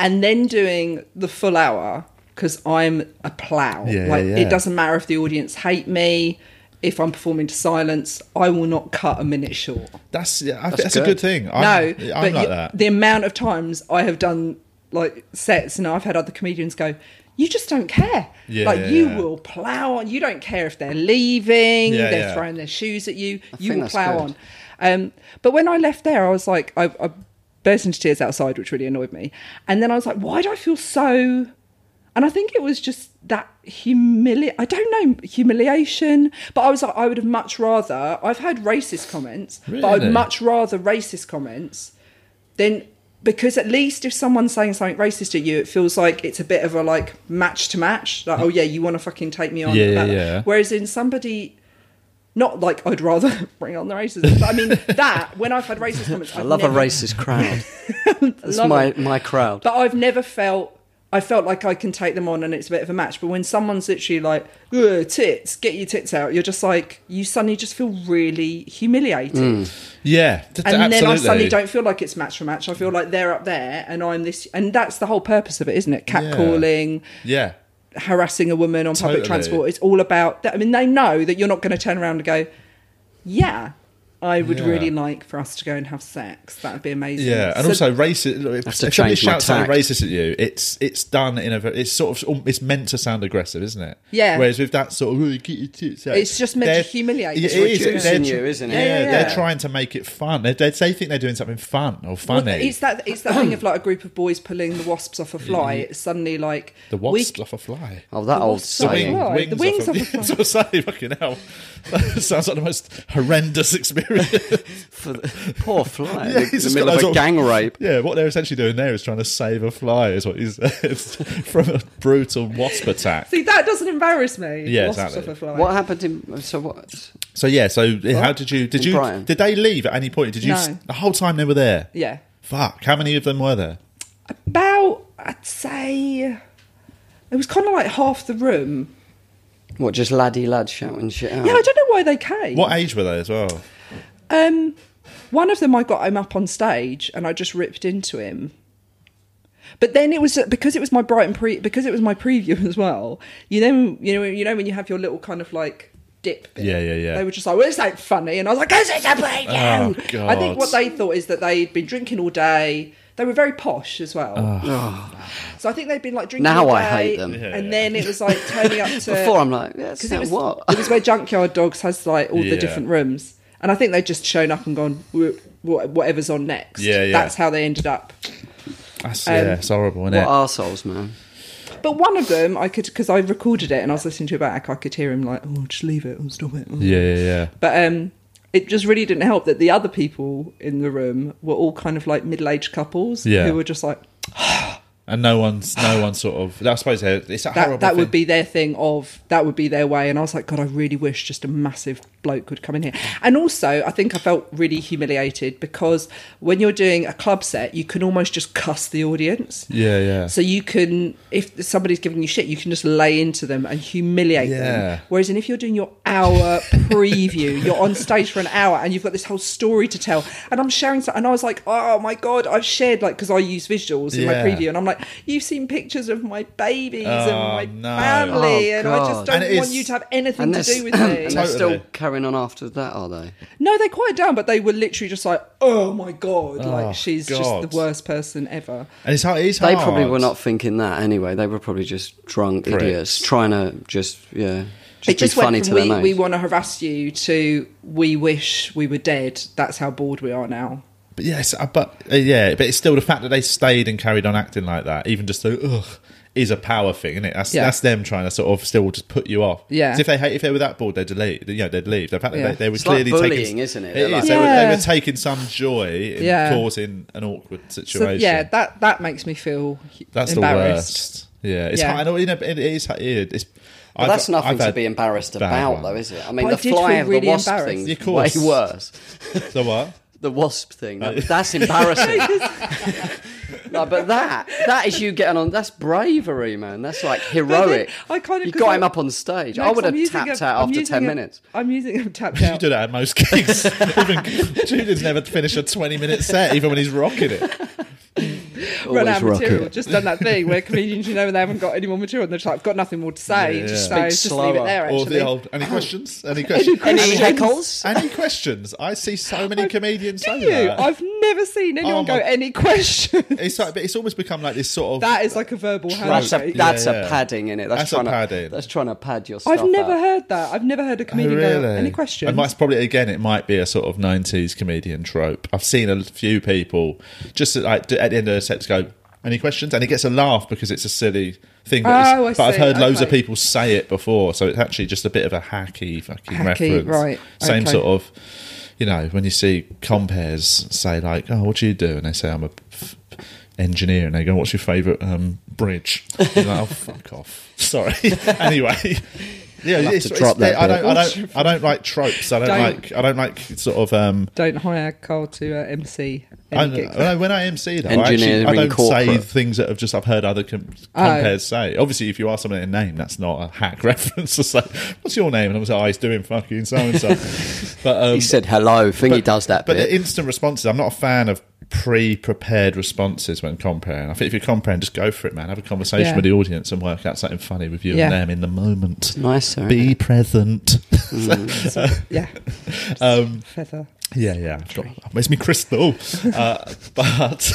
Speaker 3: and then doing the full hour because I'm a plow.
Speaker 1: Yeah,
Speaker 3: like
Speaker 1: yeah, yeah.
Speaker 3: it doesn't matter if the audience hate me if I'm performing to silence. I will not cut a minute short.
Speaker 1: That's, yeah, I think
Speaker 4: That's
Speaker 1: that's a
Speaker 4: good.
Speaker 1: good thing.
Speaker 3: no,
Speaker 1: I'm, I'm
Speaker 3: but
Speaker 1: like
Speaker 3: y-
Speaker 1: that.
Speaker 3: the amount of times I have done like sets and I've had other comedians go. You just don't care.
Speaker 1: Yeah,
Speaker 3: like
Speaker 1: yeah,
Speaker 3: you
Speaker 1: yeah.
Speaker 3: will plow on. You don't care if they're leaving.
Speaker 1: Yeah,
Speaker 3: they're
Speaker 1: yeah.
Speaker 3: throwing their shoes at you. you
Speaker 4: think
Speaker 3: will
Speaker 4: that's
Speaker 3: plow
Speaker 4: good.
Speaker 3: on. Um, but when I left there, I was like, I, I burst into tears outside, which really annoyed me. And then I was like, why do I feel so? And I think it was just that humili I don't know humiliation, but I was like, I would have much rather. I've had racist comments, but I'd
Speaker 1: Really?
Speaker 3: much rather racist comments than because at least if someone's saying something racist at you, it feels like it's a bit of a like match to match. Like, oh yeah, you want to fucking take me on?
Speaker 1: Yeah,
Speaker 3: about
Speaker 1: yeah,
Speaker 3: that.
Speaker 1: yeah.
Speaker 3: Whereas in somebody not like I'd rather bring on the racism. But I mean that when I've had racist comments,
Speaker 4: I
Speaker 3: I've
Speaker 4: love a
Speaker 3: never,
Speaker 4: racist crowd. That's
Speaker 3: Love
Speaker 4: my,
Speaker 3: it.
Speaker 4: my crowd.
Speaker 3: But I've never felt I felt like I can take them on and it's a bit of a match. But when someone's literally like "Ugh, tits, get your tits out, you're just like you suddenly just feel really humiliated,
Speaker 4: Hmm.
Speaker 1: yeah, th-
Speaker 3: and
Speaker 1: absolutely.
Speaker 3: then I suddenly don't feel like it's match for match. I feel like they're up there and I'm this, and that's the whole purpose of it, isn't it? Catcalling.
Speaker 1: Yeah.
Speaker 3: harassing a woman on public
Speaker 1: Totally.
Speaker 3: transport. It's all about that. I mean, they know that you're not going to turn around and go, yeah, I would
Speaker 1: Yeah.
Speaker 3: really like for us to go and have sex. That would be amazing.
Speaker 1: Yeah, and
Speaker 3: So-
Speaker 1: also racist. Look, if
Speaker 4: Have to
Speaker 1: if somebody
Speaker 4: change my
Speaker 1: shouts something
Speaker 4: tact.
Speaker 1: racist at you, it's it's done in a. ver- It's sort of um, it's meant to sound aggressive, isn't it?
Speaker 3: Yeah.
Speaker 1: Whereas with that sort of, "Oh, get your tits out,"
Speaker 3: It's just meant to
Speaker 1: they're-
Speaker 3: humiliate
Speaker 1: It
Speaker 3: you.
Speaker 1: is.
Speaker 3: It's
Speaker 4: reducing
Speaker 1: They're
Speaker 4: you, isn't it?
Speaker 1: Yeah,
Speaker 3: Yeah, yeah,
Speaker 1: they're
Speaker 3: yeah.
Speaker 1: trying to make it fun. They, they, they think they're doing something fun or
Speaker 3: Well,
Speaker 1: funny. Mm-hmm.
Speaker 3: it's that it's that thing of like a group of boys pulling the wasps off a fly. It's suddenly like
Speaker 1: the
Speaker 3: we-
Speaker 1: wasps off a fly.
Speaker 4: oh, that old
Speaker 3: what's the
Speaker 4: saying.
Speaker 3: wing? fly. The wings
Speaker 1: a
Speaker 3: off a fly.
Speaker 1: That's what I'm saying, fucking hell. That sounds like the most horrendous experience.
Speaker 4: For the, poor fly
Speaker 1: Yeah,
Speaker 4: in the,
Speaker 1: he's
Speaker 4: the
Speaker 1: just
Speaker 4: middle
Speaker 1: got
Speaker 4: of
Speaker 1: those
Speaker 4: a
Speaker 1: old-
Speaker 4: gang rape.
Speaker 1: Yeah, what they're essentially doing there is trying to save a fly, is what he's from a brutal wasp attack.
Speaker 3: See, that doesn't embarrass me.
Speaker 1: Yeah,
Speaker 3: wasps
Speaker 1: exactly.
Speaker 3: off a fly.
Speaker 4: What happened in. So what?
Speaker 1: So yeah, so eh, how did you did
Speaker 4: In
Speaker 1: you
Speaker 4: Brighton?
Speaker 1: did they leave at any point? Did you
Speaker 3: No.
Speaker 1: s- the whole time they were there?
Speaker 3: Yeah.
Speaker 1: Fuck, how many of them were there?
Speaker 3: About I'd say it was kind of like half the room.
Speaker 4: What, just laddie lad shouting shit out?
Speaker 3: Yeah, I don't know why they came.
Speaker 1: What age were they as well?
Speaker 3: Um, one of them, I got him up on stage and I just ripped into him. But then it was uh, because it was my Brighton pre because it was my preview as well. You know, you know, you know when you have your little kind of like dip. Bit,
Speaker 1: Yeah, yeah, yeah.
Speaker 3: They were just like, "Well, this ain't funny," and I was like, "This is a preview."
Speaker 1: Oh, God.
Speaker 3: I think what they thought is that they'd been drinking all day. They were very posh as well, so I think they'd been like drinking.
Speaker 4: Now
Speaker 3: all
Speaker 4: I hate
Speaker 3: day,
Speaker 4: them.
Speaker 1: Yeah,
Speaker 3: And then it was like turning up to
Speaker 4: Before I'm like, yeah,
Speaker 3: because it was
Speaker 4: what?
Speaker 3: it was where Junkyard Dogs has like all
Speaker 1: Yeah.
Speaker 3: the different rooms, and I think they'd just shown up and gone "Wh- wh- whatever's on next.
Speaker 1: Yeah, yeah.
Speaker 3: That's how they ended up.
Speaker 1: That's,
Speaker 3: Um,
Speaker 1: yeah, it's horrible, isn't
Speaker 4: What
Speaker 1: it?
Speaker 4: arseholes, man.
Speaker 3: But one of them, I could because I recorded it and I was listening to it back. I could hear him like, "Oh, just leave it. Oh, stop it." oh."
Speaker 1: yeah, yeah, yeah.
Speaker 3: But um, it just really didn't help that the other people in the room were all kind of like middle-aged couples
Speaker 1: Yeah.
Speaker 3: who were just like,
Speaker 1: and no one's no one sort of. I suppose it's a horrible.
Speaker 3: that, that would
Speaker 1: thing.
Speaker 3: be their thing of that would be their way and i was like god i really wish just a massive bloke would come in here and also i think i felt really humiliated because when you're doing a club set you can almost just cuss the audience
Speaker 1: Yeah, yeah.
Speaker 3: so you can if somebody's giving you shit you can just lay into them and humiliate
Speaker 1: Yeah.
Speaker 3: them whereas in if you're doing your hour preview you're on stage for an hour and you've got this whole story to tell and i'm sharing so- and i was like oh my god i've shared like because i use visuals in my
Speaker 1: Yeah.
Speaker 3: preview and i'm like you've seen pictures of my babies
Speaker 1: Oh,
Speaker 3: and my
Speaker 1: no.
Speaker 3: family,
Speaker 4: Oh,
Speaker 3: and I just
Speaker 4: God.
Speaker 3: don't
Speaker 1: And it
Speaker 3: want
Speaker 1: is-
Speaker 3: you to have anything
Speaker 4: And
Speaker 3: to
Speaker 4: they're,
Speaker 3: do with
Speaker 4: and
Speaker 3: me.
Speaker 4: they're still
Speaker 1: Totally.
Speaker 4: carrying on after that, are they?
Speaker 3: no, they quieted down, but they were literally just like, "Oh my god,
Speaker 1: Oh,
Speaker 3: like she's
Speaker 1: God.
Speaker 3: just the worst person ever."
Speaker 1: and it's hard. It's
Speaker 4: They
Speaker 1: hard.
Speaker 4: probably were not thinking that anyway. They were probably just drunk
Speaker 1: Oh, Pricks.
Speaker 4: idiots trying to just yeah, just
Speaker 3: it just
Speaker 4: be funny
Speaker 3: went
Speaker 4: to
Speaker 3: from
Speaker 4: their
Speaker 3: we,
Speaker 4: nose.
Speaker 3: we want to harass you to we wish we were dead. That's how bored we are now.
Speaker 1: But yes, uh, but uh, yeah, but it's still the fact that they stayed and carried on acting like that, even just the ugh, is a power thing, isn't it? That's
Speaker 3: Yeah.
Speaker 1: that's them trying to sort of still just put you off.
Speaker 3: Yeah.
Speaker 1: 'Cause If they hate, if they were that bored, they'd leave. You know, they'd leave. The fact that
Speaker 3: Yeah.
Speaker 1: they, they were
Speaker 4: It's like
Speaker 1: clearly
Speaker 4: bullying,
Speaker 1: taking,
Speaker 4: isn't it?
Speaker 1: It
Speaker 4: Like-
Speaker 1: is. They, were, they
Speaker 3: Yeah.
Speaker 1: were taking some joy in
Speaker 3: Yeah.
Speaker 1: causing an awkward situation.
Speaker 3: So yeah, that that makes me feel
Speaker 1: that's the
Speaker 3: embarrassed.
Speaker 1: worst. Yeah, it's
Speaker 3: Yeah.
Speaker 1: hard. And, you know, it is. It is
Speaker 4: But
Speaker 1: I've-
Speaker 4: that's nothing
Speaker 1: I've
Speaker 4: to
Speaker 1: had
Speaker 4: be embarrassed
Speaker 1: bad
Speaker 4: about,
Speaker 1: ones.
Speaker 4: though, is it? I mean,
Speaker 3: But I
Speaker 4: the
Speaker 3: did
Speaker 4: fly
Speaker 3: feel
Speaker 4: of the
Speaker 3: really
Speaker 4: wasp
Speaker 3: embarrassed.
Speaker 4: thing
Speaker 1: Of
Speaker 4: way
Speaker 1: course.
Speaker 4: worse.
Speaker 1: So what?
Speaker 4: The wasp thing. that- that's embarrassing. no, but that that is you getting on. That's bravery, man. That's like heroic.
Speaker 3: I kinda-
Speaker 4: you
Speaker 3: 'cause
Speaker 4: got
Speaker 3: I-
Speaker 4: him up on stage. I
Speaker 3: Next,
Speaker 4: would
Speaker 3: I'm
Speaker 4: have
Speaker 3: using
Speaker 4: tapped
Speaker 3: a-
Speaker 4: out
Speaker 3: I'm
Speaker 4: after
Speaker 3: using
Speaker 4: ten
Speaker 3: a-
Speaker 4: minutes.
Speaker 3: I'm using I'm tapped
Speaker 1: You
Speaker 3: out.
Speaker 1: do that at most gigs. even Julian's never finished a twenty-minute set, even when he's rocking it.
Speaker 3: run out of
Speaker 4: rock
Speaker 3: material.
Speaker 4: it.
Speaker 3: Just done that thing where comedians, you know, when they haven't got any more material, and they're just like, I've got nothing more to say.
Speaker 1: Yeah,
Speaker 3: Just,
Speaker 1: yeah.
Speaker 3: so
Speaker 4: Speak
Speaker 3: just leave it
Speaker 4: slower.
Speaker 3: there,
Speaker 1: Or
Speaker 3: actually.
Speaker 1: the old. Any questions? Any questions?
Speaker 4: Any heckles?
Speaker 1: Any questions? I see so many comedians
Speaker 3: Do
Speaker 1: say
Speaker 3: you?
Speaker 1: that.
Speaker 3: I've never seen
Speaker 1: Oh
Speaker 3: anyone go,
Speaker 1: my-
Speaker 3: any questions?
Speaker 1: It's like, but it's almost become like this sort of.
Speaker 3: that is like a verbal
Speaker 4: That's a,
Speaker 3: handshake.
Speaker 1: that-
Speaker 4: that's
Speaker 1: yeah.
Speaker 4: a padding in it. That's,
Speaker 1: That's a
Speaker 4: trying
Speaker 1: padding.
Speaker 4: to that's trying to pad your stuff.
Speaker 3: I've never
Speaker 4: out.
Speaker 3: heard that. I've never heard a
Speaker 1: Oh,
Speaker 3: comedian go, any questions?
Speaker 1: It might probably again. It might be a sort of '90s comedian trope. I've seen a few people just like at the end of the set to go. Any questions? And it gets a laugh because it's a silly thing. But, it's-
Speaker 3: Oh, I
Speaker 1: but I've
Speaker 3: see.
Speaker 1: heard loads of
Speaker 3: Okay.
Speaker 1: people say it before, so it's actually just a bit of a hacky fucking
Speaker 3: Hacky,
Speaker 1: reference.
Speaker 3: right,
Speaker 1: Same
Speaker 3: okay.
Speaker 1: sort of, you know, when you see compares say like, "Oh, what do you do?" and they say, "I'm a f- engineer," and they go, "What's your favourite um, bridge?" And you're like, "Oh, fuck off." Sorry. anyway. Yeah, it's,
Speaker 4: to
Speaker 1: it's-
Speaker 4: drop that
Speaker 1: I
Speaker 4: bit.
Speaker 1: don't, I don't, I don't like tropes. I don't,
Speaker 3: Don't.
Speaker 1: like, I don't like sort of. Um,
Speaker 3: Don't hire Carl to uh, MC
Speaker 1: I
Speaker 3: any gigs.
Speaker 1: don't, I- when I MC though, I, actually, I
Speaker 4: Engineering
Speaker 1: don't say
Speaker 4: corporate.
Speaker 1: things that have just I've heard other com-
Speaker 3: Oh.
Speaker 1: compares say. Obviously, if you ask someone a name, that's not a hack reference. It's like, what's your name? And I'm like, oh, he's doing fucking so and so. But um,
Speaker 4: He said hello. Think he does that
Speaker 1: But
Speaker 4: bit.
Speaker 1: the instant responses, I'm not a fan of pre-prepared responses when comparing. I think if you're comparing, just go for it, man. Have a conversation
Speaker 3: Yeah.
Speaker 1: with the audience and work out something funny with you
Speaker 3: Yeah.
Speaker 1: and them in the moment.
Speaker 4: nicer.
Speaker 1: Be present.
Speaker 3: yeah,
Speaker 1: um,
Speaker 3: feather.
Speaker 1: Yeah, yeah. I've got, it makes me crystal. Uh, but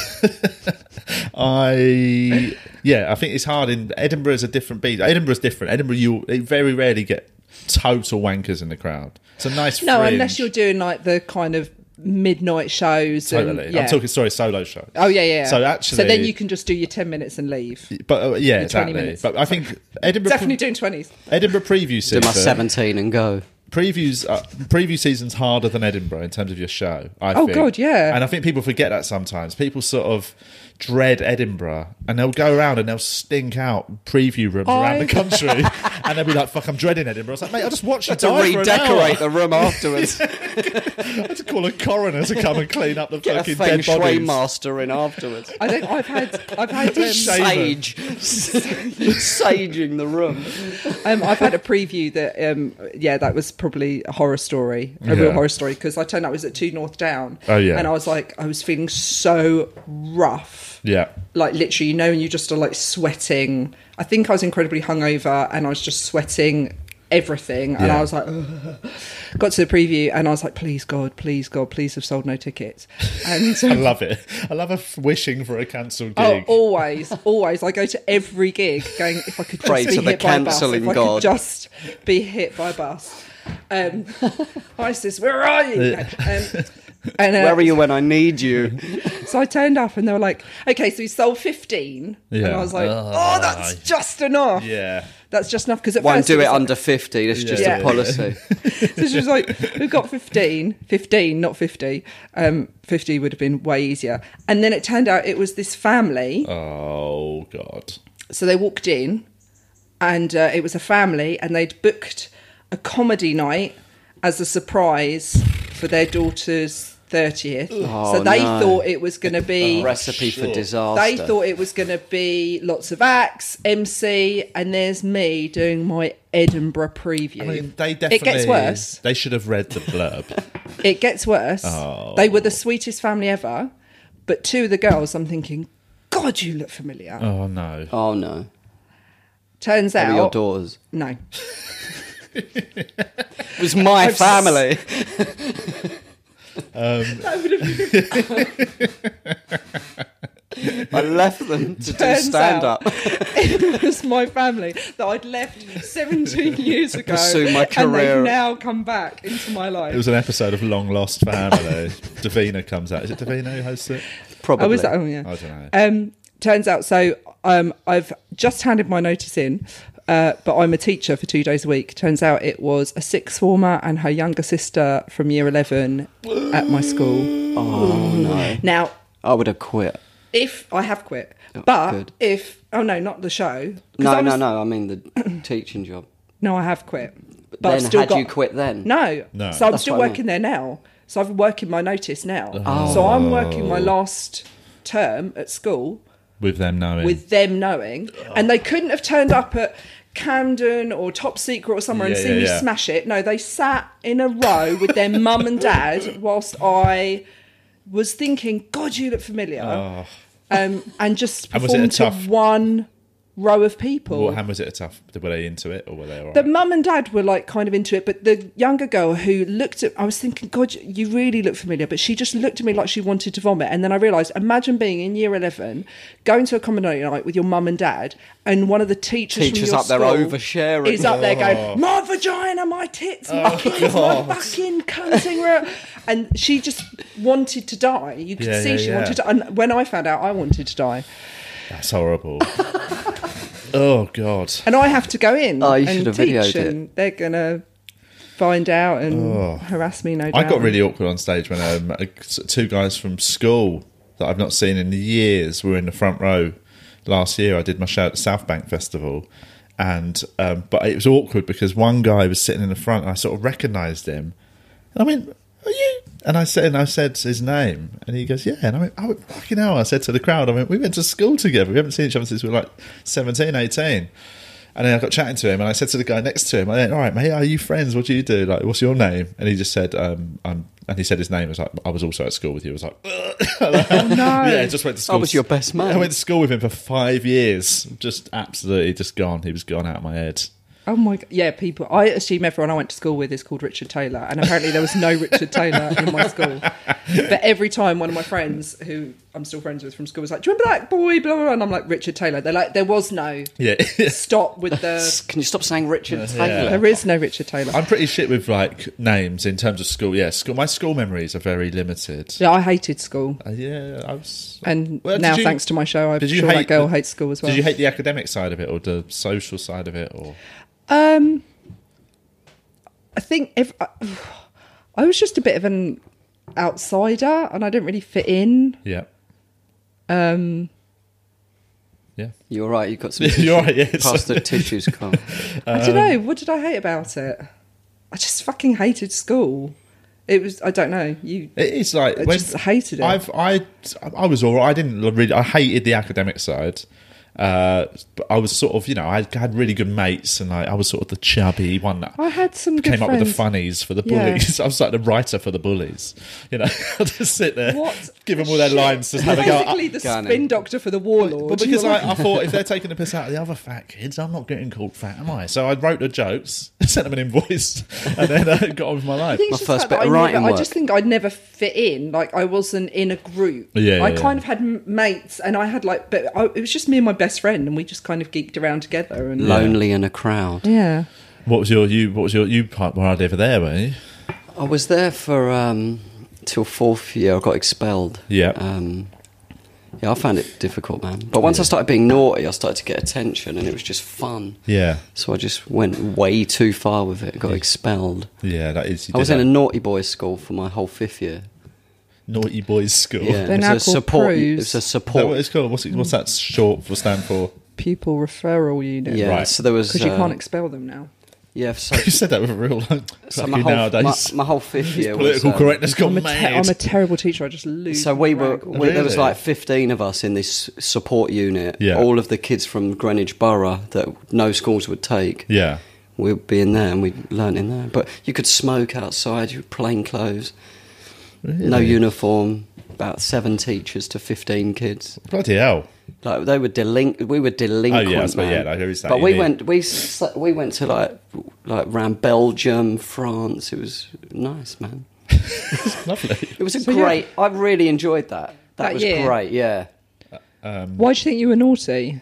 Speaker 1: I, yeah, I think it's hard. In Edinburgh is a different beat. Edinburgh's different. Edinburgh, you they very rarely get total wankers in the crowd. It's a nice.
Speaker 3: No,
Speaker 1: fringe.
Speaker 3: unless you're doing like the kind of midnight shows.
Speaker 1: totally.
Speaker 3: And, yeah.
Speaker 1: I'm talking sorry solo show.
Speaker 3: Oh yeah, yeah.
Speaker 1: So actually,
Speaker 3: so then you can just do your ten minutes and leave.
Speaker 1: But uh, yeah,
Speaker 3: 20
Speaker 1: exactly.
Speaker 3: minutes.
Speaker 1: But I think Edinburgh
Speaker 3: Definitely doing twenties.
Speaker 1: Edinburgh preview season.
Speaker 4: Do my seventeen and go.
Speaker 1: previews uh, preview season's harder than Edinburgh in terms of your show. I
Speaker 3: Oh,
Speaker 1: think.
Speaker 3: God, yeah.
Speaker 1: And I think people forget that sometimes. People sort of dread Edinburgh, and they'll go around and they'll stink out preview rooms around the
Speaker 3: I-
Speaker 1: country, and they'll be like, "Fuck, I'm dreading Edinburgh." It's like, mate, I just watched you
Speaker 4: To
Speaker 1: die for an hour.
Speaker 4: redecorate the room afterwards.
Speaker 1: I had to call a coroner to come and clean up the
Speaker 4: Get a
Speaker 1: fucking
Speaker 4: feng
Speaker 1: dead
Speaker 4: shui
Speaker 1: bodies.
Speaker 4: master in afterwards.
Speaker 3: I think I've had I've had um,
Speaker 4: Sage. Saging the room.
Speaker 3: um, I've had a preview that um, yeah that was probably a horror story a real
Speaker 1: Yeah.
Speaker 3: horror story because I turned up it was at two North Down
Speaker 1: Oh, yeah.
Speaker 3: and I was like I was feeling so rough
Speaker 1: Yeah.
Speaker 3: like literally you know and you just are like sweating I think I was incredibly hungover and I was just sweating everything and
Speaker 1: Yeah.
Speaker 3: I was like "Ugh." got to the preview and I was like please God please God please have sold no tickets and
Speaker 1: I
Speaker 3: um,
Speaker 1: love it. I love a f- wishing for a cancelled
Speaker 3: Oh,
Speaker 1: gig.
Speaker 3: always, always. I go to every gig going, if I could just
Speaker 4: Pray
Speaker 3: be
Speaker 4: to the
Speaker 3: hit by a bus, if
Speaker 4: cancelling
Speaker 3: I
Speaker 4: God.
Speaker 3: could just be hit by a bus. Um, ISIS, where are you? Um, and, uh,
Speaker 4: Where are you when I need you?
Speaker 3: So I turned up and they were like, okay, so we sold 15.
Speaker 1: Yeah.
Speaker 3: And I was like,
Speaker 1: Ah.
Speaker 3: oh, that's just enough.
Speaker 1: yeah.
Speaker 3: That's just enough because at
Speaker 4: Won't
Speaker 3: first
Speaker 4: do
Speaker 3: was
Speaker 4: it
Speaker 3: like-
Speaker 4: under 50. That's just
Speaker 3: Yeah.
Speaker 4: a policy.
Speaker 3: so she was like, we've got 15, 15, not 50. Um, 50 would have been way easier. And then it turned out it was this family.
Speaker 1: Oh god.
Speaker 3: So they walked in and uh, it was a family and they'd booked a comedy night as a surprise for their daughter's 30th. so they
Speaker 4: Oh, no.
Speaker 3: thought it was going to be
Speaker 4: Recipe for disaster.
Speaker 3: they thought it was going to be lots of acts, MC, and there's me doing my Edinburgh preview.
Speaker 1: I mean, they definitely.
Speaker 3: It gets worse.
Speaker 1: They should have read the blurb.
Speaker 3: It gets worse.
Speaker 1: Oh.
Speaker 3: They were the sweetest family ever, but two of the girls, I'm thinking, God, you look familiar.
Speaker 1: oh no.
Speaker 4: oh no,
Speaker 3: Turns
Speaker 4: they were your
Speaker 3: out,
Speaker 4: daughters.
Speaker 3: no,
Speaker 4: It was my
Speaker 3: I've-
Speaker 4: family.
Speaker 1: Um,
Speaker 3: that would have been
Speaker 4: I left them to do
Speaker 3: Turns
Speaker 4: stand
Speaker 3: out-
Speaker 4: up.
Speaker 3: it was my family that I'd left 17 years ago,
Speaker 4: Pursue my
Speaker 3: and
Speaker 4: career.
Speaker 3: they've now come back into my life.
Speaker 1: It was an episode of Long Lost Family. Davina comes out. Is it Davina who hosts it?
Speaker 4: Probably.
Speaker 3: I was like, oh yeah.
Speaker 1: I don't know.
Speaker 3: Um, turns out, so um, I've just handed my notice in, uh, but I'm a teacher for two days a week. Turns out it was a sixth former and her younger sister from year 11 at my school.
Speaker 4: oh no,
Speaker 3: Now,
Speaker 4: I would have quit.
Speaker 3: if I have quit, but
Speaker 4: Oh, good.
Speaker 3: if, oh no, not the show. 'Cause
Speaker 4: No,
Speaker 3: I was-
Speaker 4: no, no. I mean the teaching job.
Speaker 3: No, I have quit. But,
Speaker 4: then
Speaker 3: I've still
Speaker 4: had
Speaker 3: got,
Speaker 4: you quit then?
Speaker 3: No.
Speaker 1: No.
Speaker 3: So I'm
Speaker 4: That's
Speaker 3: still
Speaker 4: what I Oh. mean.
Speaker 3: working there now. So I'm working my notice now. So I'm working
Speaker 1: Oh.
Speaker 3: my last term at school
Speaker 1: With them knowing.
Speaker 3: with them knowing,
Speaker 1: Oh.
Speaker 3: and they couldn't have turned up at Camden or Top Secret or somewhere and
Speaker 1: Yeah,
Speaker 3: seen
Speaker 1: yeah,
Speaker 3: me
Speaker 1: yeah.
Speaker 3: smash it. No, they sat in a row with their mum and dad whilst I was thinking, "God, you look familiar," um, and just
Speaker 1: Oh. And was it a
Speaker 3: performed to
Speaker 1: tough-
Speaker 3: one row of people.
Speaker 1: What hand was it a tough? Were they into it or were they alright?
Speaker 3: the mum and dad were like kind of into it, but the younger girl who looked at, I was thinking, God, you really look familiar, but she just looked at me like she wanted to vomit. And then I realised, imagine being in year 11, going to a comedy night with your mum and dad, and one of the teachers,
Speaker 4: Teachers
Speaker 3: from your
Speaker 4: up there
Speaker 3: school
Speaker 4: oversharing.
Speaker 3: is up there
Speaker 1: Oh.
Speaker 3: going, my vagina, my tits, my kids, my fucking cunting. ra-" And she just wanted to die. You could
Speaker 1: Yeah,
Speaker 3: see
Speaker 1: yeah,
Speaker 3: she
Speaker 1: yeah.
Speaker 3: wanted to. And when I found out, I wanted to die.
Speaker 1: That's horrible. oh god.
Speaker 3: and I have to go in
Speaker 4: Oh, you should
Speaker 3: and
Speaker 4: have
Speaker 3: teach,
Speaker 4: videoed it.
Speaker 3: and they're gonna find out and harass me. No doubt.
Speaker 1: Oh. I got really awkward on stage when um, two guys from school that I've not seen in years were in the front row last year. I did my show at the South Bank Festival, and um, but it was awkward because one guy was sitting in the front, and I sort of recognised him, and I went, "Are you?" And I said, and I said his name, and he goes, "Yeah." And I went, "I went fucking hell!" I said to the crowd, "I went, we went to school together. We haven't seen each other since we were like 17, 18. And then I got chatting to him, and I said to the guy next to him, "I went, all right, mate, are you friends? What do you do? Like, what's your name?" And he just said, um, "I'm." And he said his name. I was like, "I was also at school with you." I was like, "No, yeah." I just went to school.
Speaker 4: Oh, was your best mate.
Speaker 1: I went to school with him for five years. Just absolutely, just gone. He was gone out of my head.
Speaker 3: Oh my god! Yeah, people. I assume everyone I went to school with is called Richard Taylor, and apparently there was no Richard Taylor in my school. But every time one of my friends, who I'm still friends with from school, was like, "Do you remember that boy?" Blah blah. blah. And I'm like, "Richard Taylor." They're like, "There was no
Speaker 1: Yeah,
Speaker 3: stop with the."
Speaker 4: Can you stop saying Richard Taylor?
Speaker 3: There is no Richard Taylor.
Speaker 1: I'm pretty shit with like names in terms of school. Yeah, school. My school memories are very limited.
Speaker 3: yeah, I hated school,
Speaker 1: Uh, yeah, I was.
Speaker 3: and
Speaker 1: Well, did
Speaker 3: now
Speaker 1: you-
Speaker 3: thanks to my show, I'm
Speaker 1: did you
Speaker 3: sure
Speaker 1: hate
Speaker 3: that girl
Speaker 1: the-
Speaker 3: hates school as well.
Speaker 1: Did you hate the academic side of it or the social side of it? Or
Speaker 3: Um, I think if I, I was just a bit of an outsider and I didn't really fit in.
Speaker 1: yeah, um, yeah.
Speaker 4: You're right. You've got some.
Speaker 1: You're right, yes.
Speaker 4: Past the tissues, Carl.
Speaker 3: I don't
Speaker 1: Um.
Speaker 3: know. What did I hate about it? I just fucking hated school. It was. I don't know. You.
Speaker 1: It is like
Speaker 3: I
Speaker 1: when-
Speaker 3: just hated it.
Speaker 1: I've I I was all right. I didn't really. I hated the academic side. Uh, but I was sort of, you know, I had really good mates, and I, I was sort of the chubby one that
Speaker 3: I had some good
Speaker 1: came up with the
Speaker 3: friends.
Speaker 1: funnies for the
Speaker 3: Yeah.
Speaker 1: bullies. I was like the writer for the bullies, you know. I'll just sit there,
Speaker 3: What?
Speaker 1: give them all their
Speaker 3: shit?
Speaker 1: lines, just have a go.
Speaker 3: Basically, the
Speaker 4: Gunning.
Speaker 3: spin doctor for the warlord.
Speaker 1: But because
Speaker 3: You're
Speaker 1: I,
Speaker 3: like-
Speaker 1: I thought if they're taking the piss out of the other fat kids, I'm not getting called fat, am I? So I wrote the jokes, sent them an invoice, and then I got on with my life.
Speaker 3: I think
Speaker 4: My
Speaker 3: it's just
Speaker 4: first
Speaker 3: the fact that
Speaker 4: bit of
Speaker 3: I
Speaker 4: writing
Speaker 3: never, I
Speaker 4: work.
Speaker 3: just think I'd never fit in. Like I wasn't in a group.
Speaker 1: Yeah,
Speaker 3: I
Speaker 1: yeah, yeah.
Speaker 3: kind of had m- mates, and I had like, but I, it was just me and my best friend, and we just kind of geeked around together. And
Speaker 4: Lonely in a crowd.
Speaker 3: yeah.
Speaker 1: What was your you? What was your you part? Were over there, were you?
Speaker 4: I was there for um, till fourth year. I got expelled.
Speaker 1: Yeah.
Speaker 4: Um, Yeah, I found it difficult, man. But once I started being naughty, I started to get attention, and it was just fun.
Speaker 1: Yeah.
Speaker 4: So I just went way too far with it. Got expelled.
Speaker 1: Yeah, that is. you
Speaker 4: I
Speaker 1: did
Speaker 4: was in
Speaker 1: that
Speaker 4: a naughty boys school for my whole fifth year.
Speaker 1: naughty boys school.
Speaker 4: Yeah,
Speaker 1: Is
Speaker 3: They're
Speaker 4: it was
Speaker 3: now
Speaker 4: a
Speaker 3: called
Speaker 4: support.
Speaker 3: Pros.
Speaker 4: It was
Speaker 1: that
Speaker 4: a
Speaker 1: what
Speaker 4: support.
Speaker 1: it's called? What's, it, what's that short for stand for?
Speaker 3: Pupil referral unit.
Speaker 4: Yeah,
Speaker 1: Right.
Speaker 4: so there was
Speaker 3: Because you
Speaker 4: uh,
Speaker 3: can't expel them now.
Speaker 4: yeah, so,
Speaker 1: You said that with a real like,
Speaker 4: so my
Speaker 1: fucking
Speaker 4: whole my,
Speaker 1: nowadays.
Speaker 4: my whole fifth year
Speaker 1: Political
Speaker 4: was, um,
Speaker 1: correctness gone
Speaker 3: I'm a, te-
Speaker 1: mad.
Speaker 3: I'm a terrible teacher. I just lose.
Speaker 4: So
Speaker 3: my
Speaker 4: we were,
Speaker 3: rag.
Speaker 4: we, there was
Speaker 1: Really?
Speaker 4: like 15 of us in this support unit.
Speaker 1: Yeah.
Speaker 4: All of the kids from Greenwich Borough that no schools would take.
Speaker 1: yeah.
Speaker 4: We'd be in there and we'd learn in there. But you could smoke outside, you plain clothes, no
Speaker 1: Really?
Speaker 4: uniform, about seven teachers to 15 kids.
Speaker 1: Bloody hell.
Speaker 4: Like they were delinquent. We were delinquent.
Speaker 1: Oh, yeah, I suppose,
Speaker 4: man.
Speaker 1: yeah, like, there is that,
Speaker 4: But
Speaker 1: you
Speaker 4: we
Speaker 1: need-
Speaker 4: went. We s- we went to like like round Belgium, France. It was nice, man.
Speaker 1: Lovely.
Speaker 4: It was a
Speaker 3: So, yeah.
Speaker 4: great. I really enjoyed that. That,
Speaker 3: That
Speaker 4: was
Speaker 3: year?
Speaker 4: great. Yeah.
Speaker 3: Why do you think you were naughty?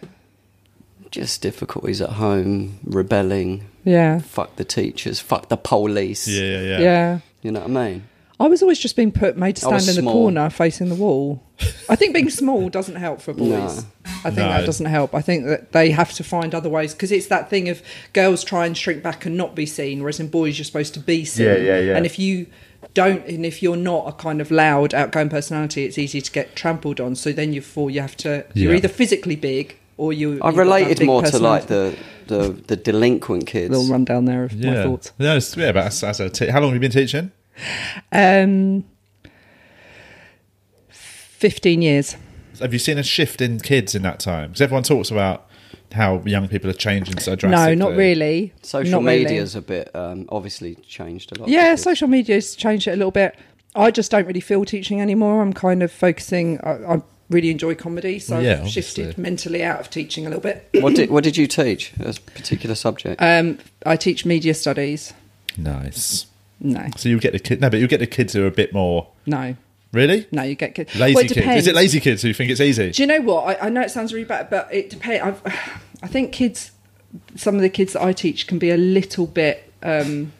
Speaker 4: Just difficulties at home, rebelling.
Speaker 3: Yeah.
Speaker 4: Fuck the teachers. Fuck the police.
Speaker 1: Yeah, yeah, yeah.
Speaker 3: Yeah.
Speaker 4: You know what I mean?
Speaker 3: I was always just being put made to
Speaker 4: I was
Speaker 3: stand in the
Speaker 4: small.
Speaker 3: corner facing the wall. I think being small doesn't help for boys.
Speaker 4: No.
Speaker 3: I think that
Speaker 1: No.
Speaker 3: doesn't help. I think that they have to find other ways because it's that thing of girls try and shrink back and not be seen, whereas in boys you're supposed to be seen.
Speaker 1: Yeah, yeah, yeah.
Speaker 3: And if you don't, and if you're not a kind of loud, outgoing personality, it's easy to get trampled on. So then you fall. You have to. You're
Speaker 1: Yeah.
Speaker 3: either physically big or you.
Speaker 4: I
Speaker 3: you've got that
Speaker 4: related
Speaker 3: big
Speaker 4: more to like
Speaker 3: personality.
Speaker 4: the the, the delinquent kids.
Speaker 3: little rundown there of my
Speaker 1: Yeah.
Speaker 3: thoughts.
Speaker 1: No, it's- yeah, but as, as a te- how long have you been teaching?
Speaker 3: Um, fifteen years.
Speaker 1: Have you seen a shift in kids in that time? Because everyone talks about how young people are changing so
Speaker 3: No,
Speaker 1: drastically.
Speaker 3: not really.
Speaker 4: Social
Speaker 3: Not really.
Speaker 4: media's a bit um, obviously changed a lot.
Speaker 3: Yeah,
Speaker 4: because-
Speaker 3: social media's changed it a little bit. I just don't really feel teaching anymore. I'm kind of focusing. I, I really enjoy comedy, so
Speaker 1: Yeah,
Speaker 3: I've
Speaker 1: obviously.
Speaker 3: shifted mentally out of teaching a little bit.
Speaker 4: What did what did you teach as a particular subject?
Speaker 3: Um, I teach media studies.
Speaker 1: Nice.
Speaker 3: No,
Speaker 1: So you get the kid. No, but you get the kids who are a bit more.
Speaker 3: no,
Speaker 1: Really?
Speaker 3: no. You get kids.
Speaker 1: Lazy
Speaker 3: Well, it
Speaker 1: kids. Is
Speaker 3: depends.
Speaker 1: it lazy kids who think it's easy?
Speaker 3: Do you know what? I, I know it sounds really bad, but it depends. I've, I think kids, some of the kids that I teach can be a little bit. Um,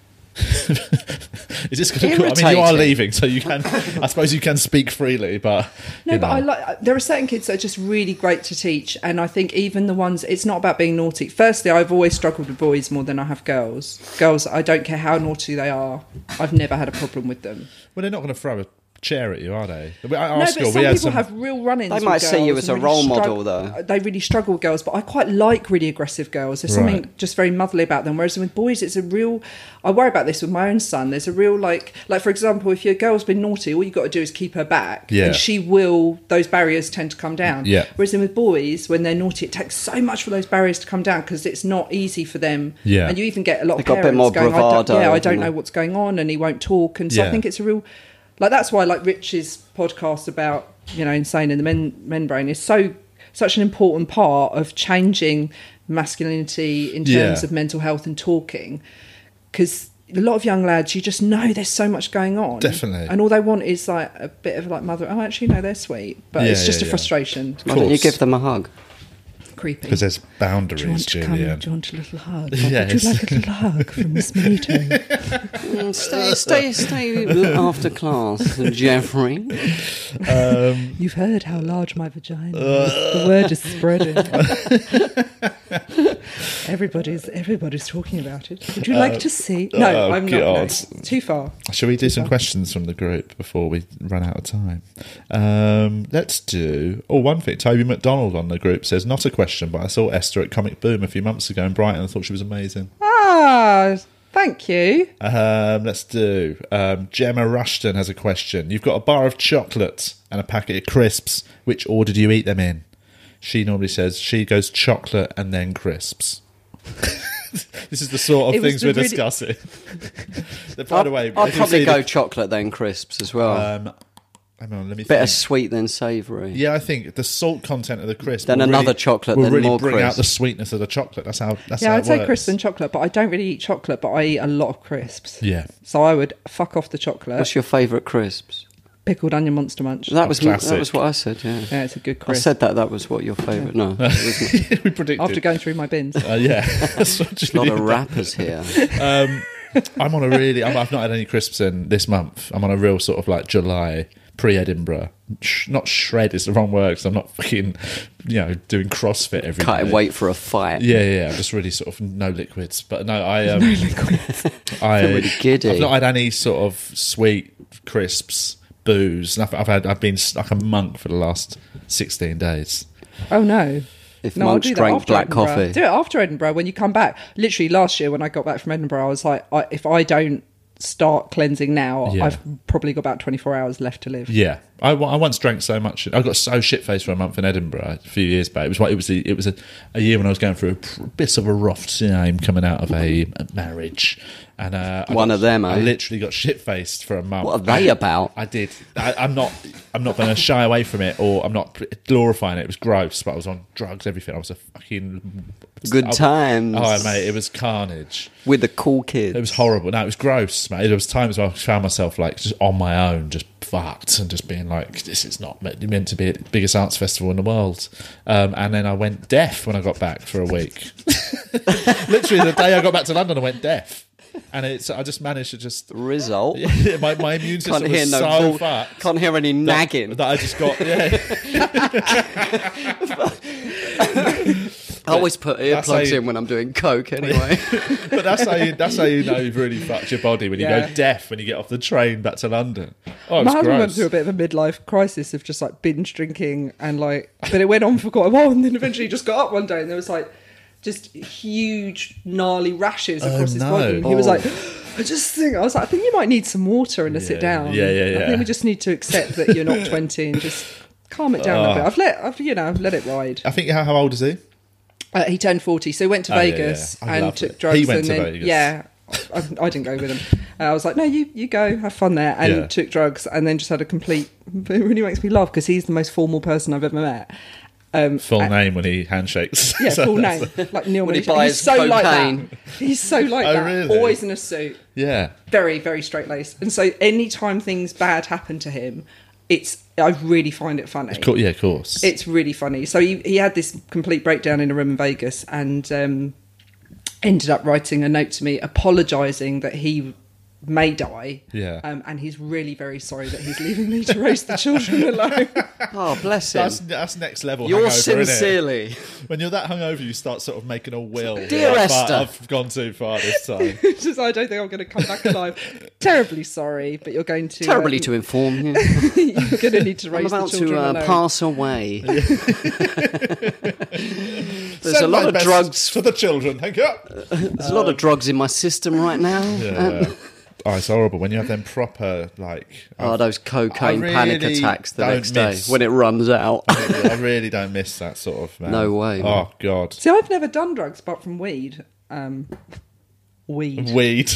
Speaker 1: Is this going to? I mean, you are
Speaker 4: Irritating.
Speaker 1: leaving, so you can. I suppose you can speak freely, but
Speaker 3: no,
Speaker 1: you
Speaker 3: but I
Speaker 1: know.
Speaker 3: like. uh, There are certain kids that are just really great to teach, and I think even the ones. It's not about being naughty. Firstly, I've always struggled with boys more than I have girls. Girls, I don't care how naughty they are. I've never had a problem with them.
Speaker 1: Well, they're not going to throw a chair at you, are they? At our
Speaker 3: no,
Speaker 1: school,
Speaker 3: but some
Speaker 1: we had
Speaker 3: people
Speaker 1: some.
Speaker 3: have real run-ins.
Speaker 4: They
Speaker 3: with
Speaker 4: might see you
Speaker 3: girls
Speaker 4: as
Speaker 3: and
Speaker 4: a role
Speaker 3: strugg-
Speaker 4: model, though.
Speaker 3: They really struggle with girls, but I quite like really aggressive girls. There's something
Speaker 1: Right.
Speaker 3: just very motherly about them. Whereas with boys, it's a real. I worry about this with my own son. There's a real like, like for example, if your girl's been naughty, all you got to do is keep her back,
Speaker 1: Yeah.
Speaker 3: and she will. Those barriers tend to come down.
Speaker 1: Yeah.
Speaker 3: Whereas then with boys, when they're naughty, it takes so much for those barriers to come down because it's not easy for them.
Speaker 1: Yeah.
Speaker 3: And you even get a lot
Speaker 4: They've
Speaker 3: of
Speaker 4: got a bit
Speaker 3: parents
Speaker 4: more
Speaker 3: going, I don't-
Speaker 4: bravado,
Speaker 3: yeah, I
Speaker 4: haven't
Speaker 3: don't
Speaker 4: they?
Speaker 3: know what's going on and he won't talk and so
Speaker 1: Yeah.
Speaker 3: i think it's a real like that's why I like rich's podcast about you know insane in the men membrane is so such an important part of changing masculinity in terms
Speaker 1: Yeah.
Speaker 3: of mental health and talking because a lot of young lads you just know there's so much going on
Speaker 1: Definitely.
Speaker 3: and all they want is like a bit of like mother oh actually no they're sweet but
Speaker 1: Yeah,
Speaker 3: it's just
Speaker 1: yeah,
Speaker 3: a
Speaker 1: yeah.
Speaker 3: frustration
Speaker 4: Why don't you
Speaker 1: course.
Speaker 4: give them a hug?
Speaker 3: creepy
Speaker 1: Because there's
Speaker 3: do you want
Speaker 1: boundaries,
Speaker 3: to come? Do
Speaker 1: Julian.
Speaker 3: you want a little hug?
Speaker 1: Yeah,
Speaker 3: Would you
Speaker 1: it's-
Speaker 3: like a little hug from Miss Manito?
Speaker 4: Mm, Stay, stay, stay after class, Jeffrey.
Speaker 3: You've heard how large my vagina is.
Speaker 1: Uh.
Speaker 3: The word is spreading. everybody's everybody's talking about it. Would you like to see? No,
Speaker 1: oh,
Speaker 3: I'm not. no.
Speaker 1: God.
Speaker 3: It's Too far.
Speaker 1: Shall we do some questions from the group before we run out of time? Um, let's do. Oh, one thing. Toby McDonald on the group says, Not a question, but I saw Esther at Comic Boom a few months ago in Brighton. I thought she was amazing.
Speaker 3: Ah, thank you.
Speaker 1: Um, let's do. Um, Gemma Rushton has a question. You've got a bar of chocolate and a packet of crisps. Which order do you eat them in? She normally says she goes chocolate and then crisps. this is the sort of
Speaker 3: It was
Speaker 1: things
Speaker 3: the
Speaker 1: we're
Speaker 3: really-
Speaker 1: discussing. By
Speaker 4: I'd,
Speaker 1: the way,
Speaker 4: I'd
Speaker 1: if you
Speaker 4: probably
Speaker 1: see
Speaker 4: go
Speaker 1: the-
Speaker 4: chocolate then crisps as well.
Speaker 1: Um, hang on, let me.
Speaker 4: Better
Speaker 1: think.
Speaker 4: sweet than savoury.
Speaker 1: Yeah, I think the salt content of the crisp.
Speaker 4: Then
Speaker 1: will really-
Speaker 4: another chocolate,
Speaker 1: will
Speaker 4: then
Speaker 1: really
Speaker 4: more
Speaker 1: bring out
Speaker 4: crisp.
Speaker 1: the sweetness of the chocolate. That's how. That's
Speaker 3: Yeah,
Speaker 1: how
Speaker 3: I'd
Speaker 1: it
Speaker 3: say
Speaker 1: works.
Speaker 3: crisps and chocolate, but I don't really eat chocolate, but I eat a lot of crisps.
Speaker 1: Yeah.
Speaker 3: So I would fuck off the chocolate.
Speaker 4: What's your favourite crisps?
Speaker 3: Pickled onion monster munch.
Speaker 4: That was
Speaker 1: classic.
Speaker 4: that was what I said. Yeah,
Speaker 3: yeah, it's a good
Speaker 4: I
Speaker 3: crisp.
Speaker 4: said that. That was what your favourite. No, it was
Speaker 1: we predicted.
Speaker 3: After going through my bins.
Speaker 1: Uh, yeah, that's what
Speaker 4: a lot
Speaker 1: Julia
Speaker 4: of
Speaker 1: did.
Speaker 4: rappers here.
Speaker 1: Um, I'm on a really. I'm, I've not had any crisps in this month. I'm on a real sort of like July pre Edinburgh. Sh- not shred is the wrong word because I'm not fucking, you know, doing CrossFit every
Speaker 4: Can't
Speaker 1: minute.
Speaker 4: wait for a fight.
Speaker 1: Yeah, yeah, yeah. I'm just really sort of no liquids. But no, I um, I,
Speaker 4: Feel really giddy.
Speaker 1: I've not had any sort of sweet crisps, booze. Nothing. I've had. I've been like a monk for the last sixteen days.
Speaker 3: Oh no.
Speaker 4: If
Speaker 3: I'll
Speaker 4: monks
Speaker 3: do that
Speaker 4: drank
Speaker 3: after
Speaker 4: black
Speaker 3: Edinburgh.
Speaker 4: coffee.
Speaker 3: Do it after Edinburgh when you come back. Literally last year when I got back from Edinburgh, I was like, I, if I don't start cleansing now,
Speaker 1: Yeah.
Speaker 3: I've probably got about 24 hours left to live.
Speaker 1: Yeah, I, wa- I once drank so much. I got so shit faced for a month in Edinburgh a few years back. It was what it was. The, it was a, a year when I was going through a pr- bit of a rough time coming out of a, a marriage, and uh, I
Speaker 4: One
Speaker 1: got-
Speaker 4: of them,
Speaker 1: I
Speaker 4: eh?
Speaker 1: literally got shit faced for a month.
Speaker 4: What are they about?
Speaker 1: I did. I, I'm not. I'm not going to shy away from it, or I'm not pr- glorifying it. It was gross, but I was on drugs, everything. I was a fucking
Speaker 4: Good times.
Speaker 1: Oh mate, it was carnage.
Speaker 4: With the cool kids.
Speaker 1: It was horrible. No, it was gross, mate. There was times where I found myself like just on my own, just fucked, and just being like, "This is not meant meant to be the biggest arts festival in the world." Um, and then I went deaf when I got back for a week. Literally, the day I got back to London, I went deaf, and it's I just managed to just
Speaker 4: Result.
Speaker 1: my, my immune
Speaker 4: Can't
Speaker 1: system
Speaker 4: hear
Speaker 1: was
Speaker 4: no.
Speaker 1: so
Speaker 4: bull-
Speaker 1: fucked.
Speaker 4: can't hear any
Speaker 1: that-
Speaker 4: nagging.
Speaker 1: that I just got. Yeah,
Speaker 4: I always put
Speaker 1: that's how
Speaker 4: earplugs
Speaker 1: you-
Speaker 4: in when I'm doing coke anyway.
Speaker 1: but that's how you that's how you know you've really fucked your body when you
Speaker 3: Yeah.
Speaker 1: go deaf when you get off the train back to London. Oh, it
Speaker 3: My
Speaker 1: was
Speaker 3: husband
Speaker 1: gross.
Speaker 3: went through a bit of a midlife crisis of just like binge drinking and like, but it went on for quite a while, and then eventually he just got up one day and there was like just huge gnarly rashes across his
Speaker 1: no.
Speaker 3: body, and he was
Speaker 4: Oh.
Speaker 3: like. I just think I was like, I think you might need some water and a sit
Speaker 1: Yeah,
Speaker 3: down.
Speaker 1: yeah, yeah,
Speaker 3: I
Speaker 1: yeah.
Speaker 3: think we just need to accept that you're not twenty and just calm it
Speaker 1: Ah.
Speaker 3: down a bit. I've let, I've you know, I've let it ride.
Speaker 1: I think how, how old is he?
Speaker 3: Uh, he turned 40, so he went to
Speaker 1: Oh, yeah,
Speaker 3: Vegas
Speaker 1: yeah. I
Speaker 3: and
Speaker 1: love
Speaker 3: took
Speaker 1: it.
Speaker 3: drugs.
Speaker 1: He went
Speaker 3: and
Speaker 1: to
Speaker 3: then,
Speaker 1: Vegas.
Speaker 3: Yeah. I, I didn't go with him. And I was like, no, you, you go, have fun there. And
Speaker 1: Yeah.
Speaker 3: took drugs and then just had a complete. It really makes me laugh because he's the most formal person I've ever met. Um,
Speaker 1: Full
Speaker 3: I-
Speaker 1: name when he handshakes.
Speaker 3: Yeah,
Speaker 1: So
Speaker 3: full
Speaker 1: that's-
Speaker 3: name. Like Neil
Speaker 4: When he
Speaker 3: Milch.
Speaker 4: buys
Speaker 3: He's so like
Speaker 4: cocaine.
Speaker 3: that. He's so like
Speaker 1: Oh,
Speaker 3: that.
Speaker 1: really?
Speaker 3: Always in a suit
Speaker 1: Yeah.
Speaker 3: very very straight laced and so anytime things bad happen to him it's i really find it funny
Speaker 1: Cool. Yeah, of course.
Speaker 3: it's really funny so he, he had this complete breakdown in a room in vegas and um, ended up writing a note to me apologizing that he may die
Speaker 1: Yeah.
Speaker 3: um, and he's really very sorry that he's leaving me to raise the children alone
Speaker 4: oh, bless him.
Speaker 1: that's, that's next level.
Speaker 4: You're
Speaker 1: hangover, innit?
Speaker 4: sincerely.
Speaker 1: When you're that hungover, you start sort of making a will.
Speaker 4: Dear
Speaker 1: Like,
Speaker 4: Esther.
Speaker 1: "But I've gone too far this time.
Speaker 3: It's just, i don't think i'm going to come back alive terribly sorry but you're going to
Speaker 4: Terribly
Speaker 3: um,
Speaker 4: to inform you.
Speaker 3: you're going to need to
Speaker 4: I'm
Speaker 3: raise
Speaker 4: about
Speaker 3: the children
Speaker 4: to uh,
Speaker 3: alone.
Speaker 4: pass away. There's a
Speaker 1: Send
Speaker 4: lot
Speaker 1: my
Speaker 4: of
Speaker 1: best
Speaker 4: drugs. Um,
Speaker 1: to the children. Thank you.
Speaker 4: There's a lot of drugs in my system right now. Um,
Speaker 1: Yeah. Oh, it's horrible when you have them proper like.
Speaker 4: oh, those cocaine
Speaker 1: I
Speaker 4: panic
Speaker 1: really
Speaker 4: attacks the
Speaker 1: don't
Speaker 4: next day
Speaker 1: miss-
Speaker 4: when it runs out.
Speaker 1: I really don't miss that sort of. Man.
Speaker 4: No way, man.
Speaker 1: Oh God.
Speaker 3: See, I've never done drugs apart from weed. Um, weed.
Speaker 1: Weed.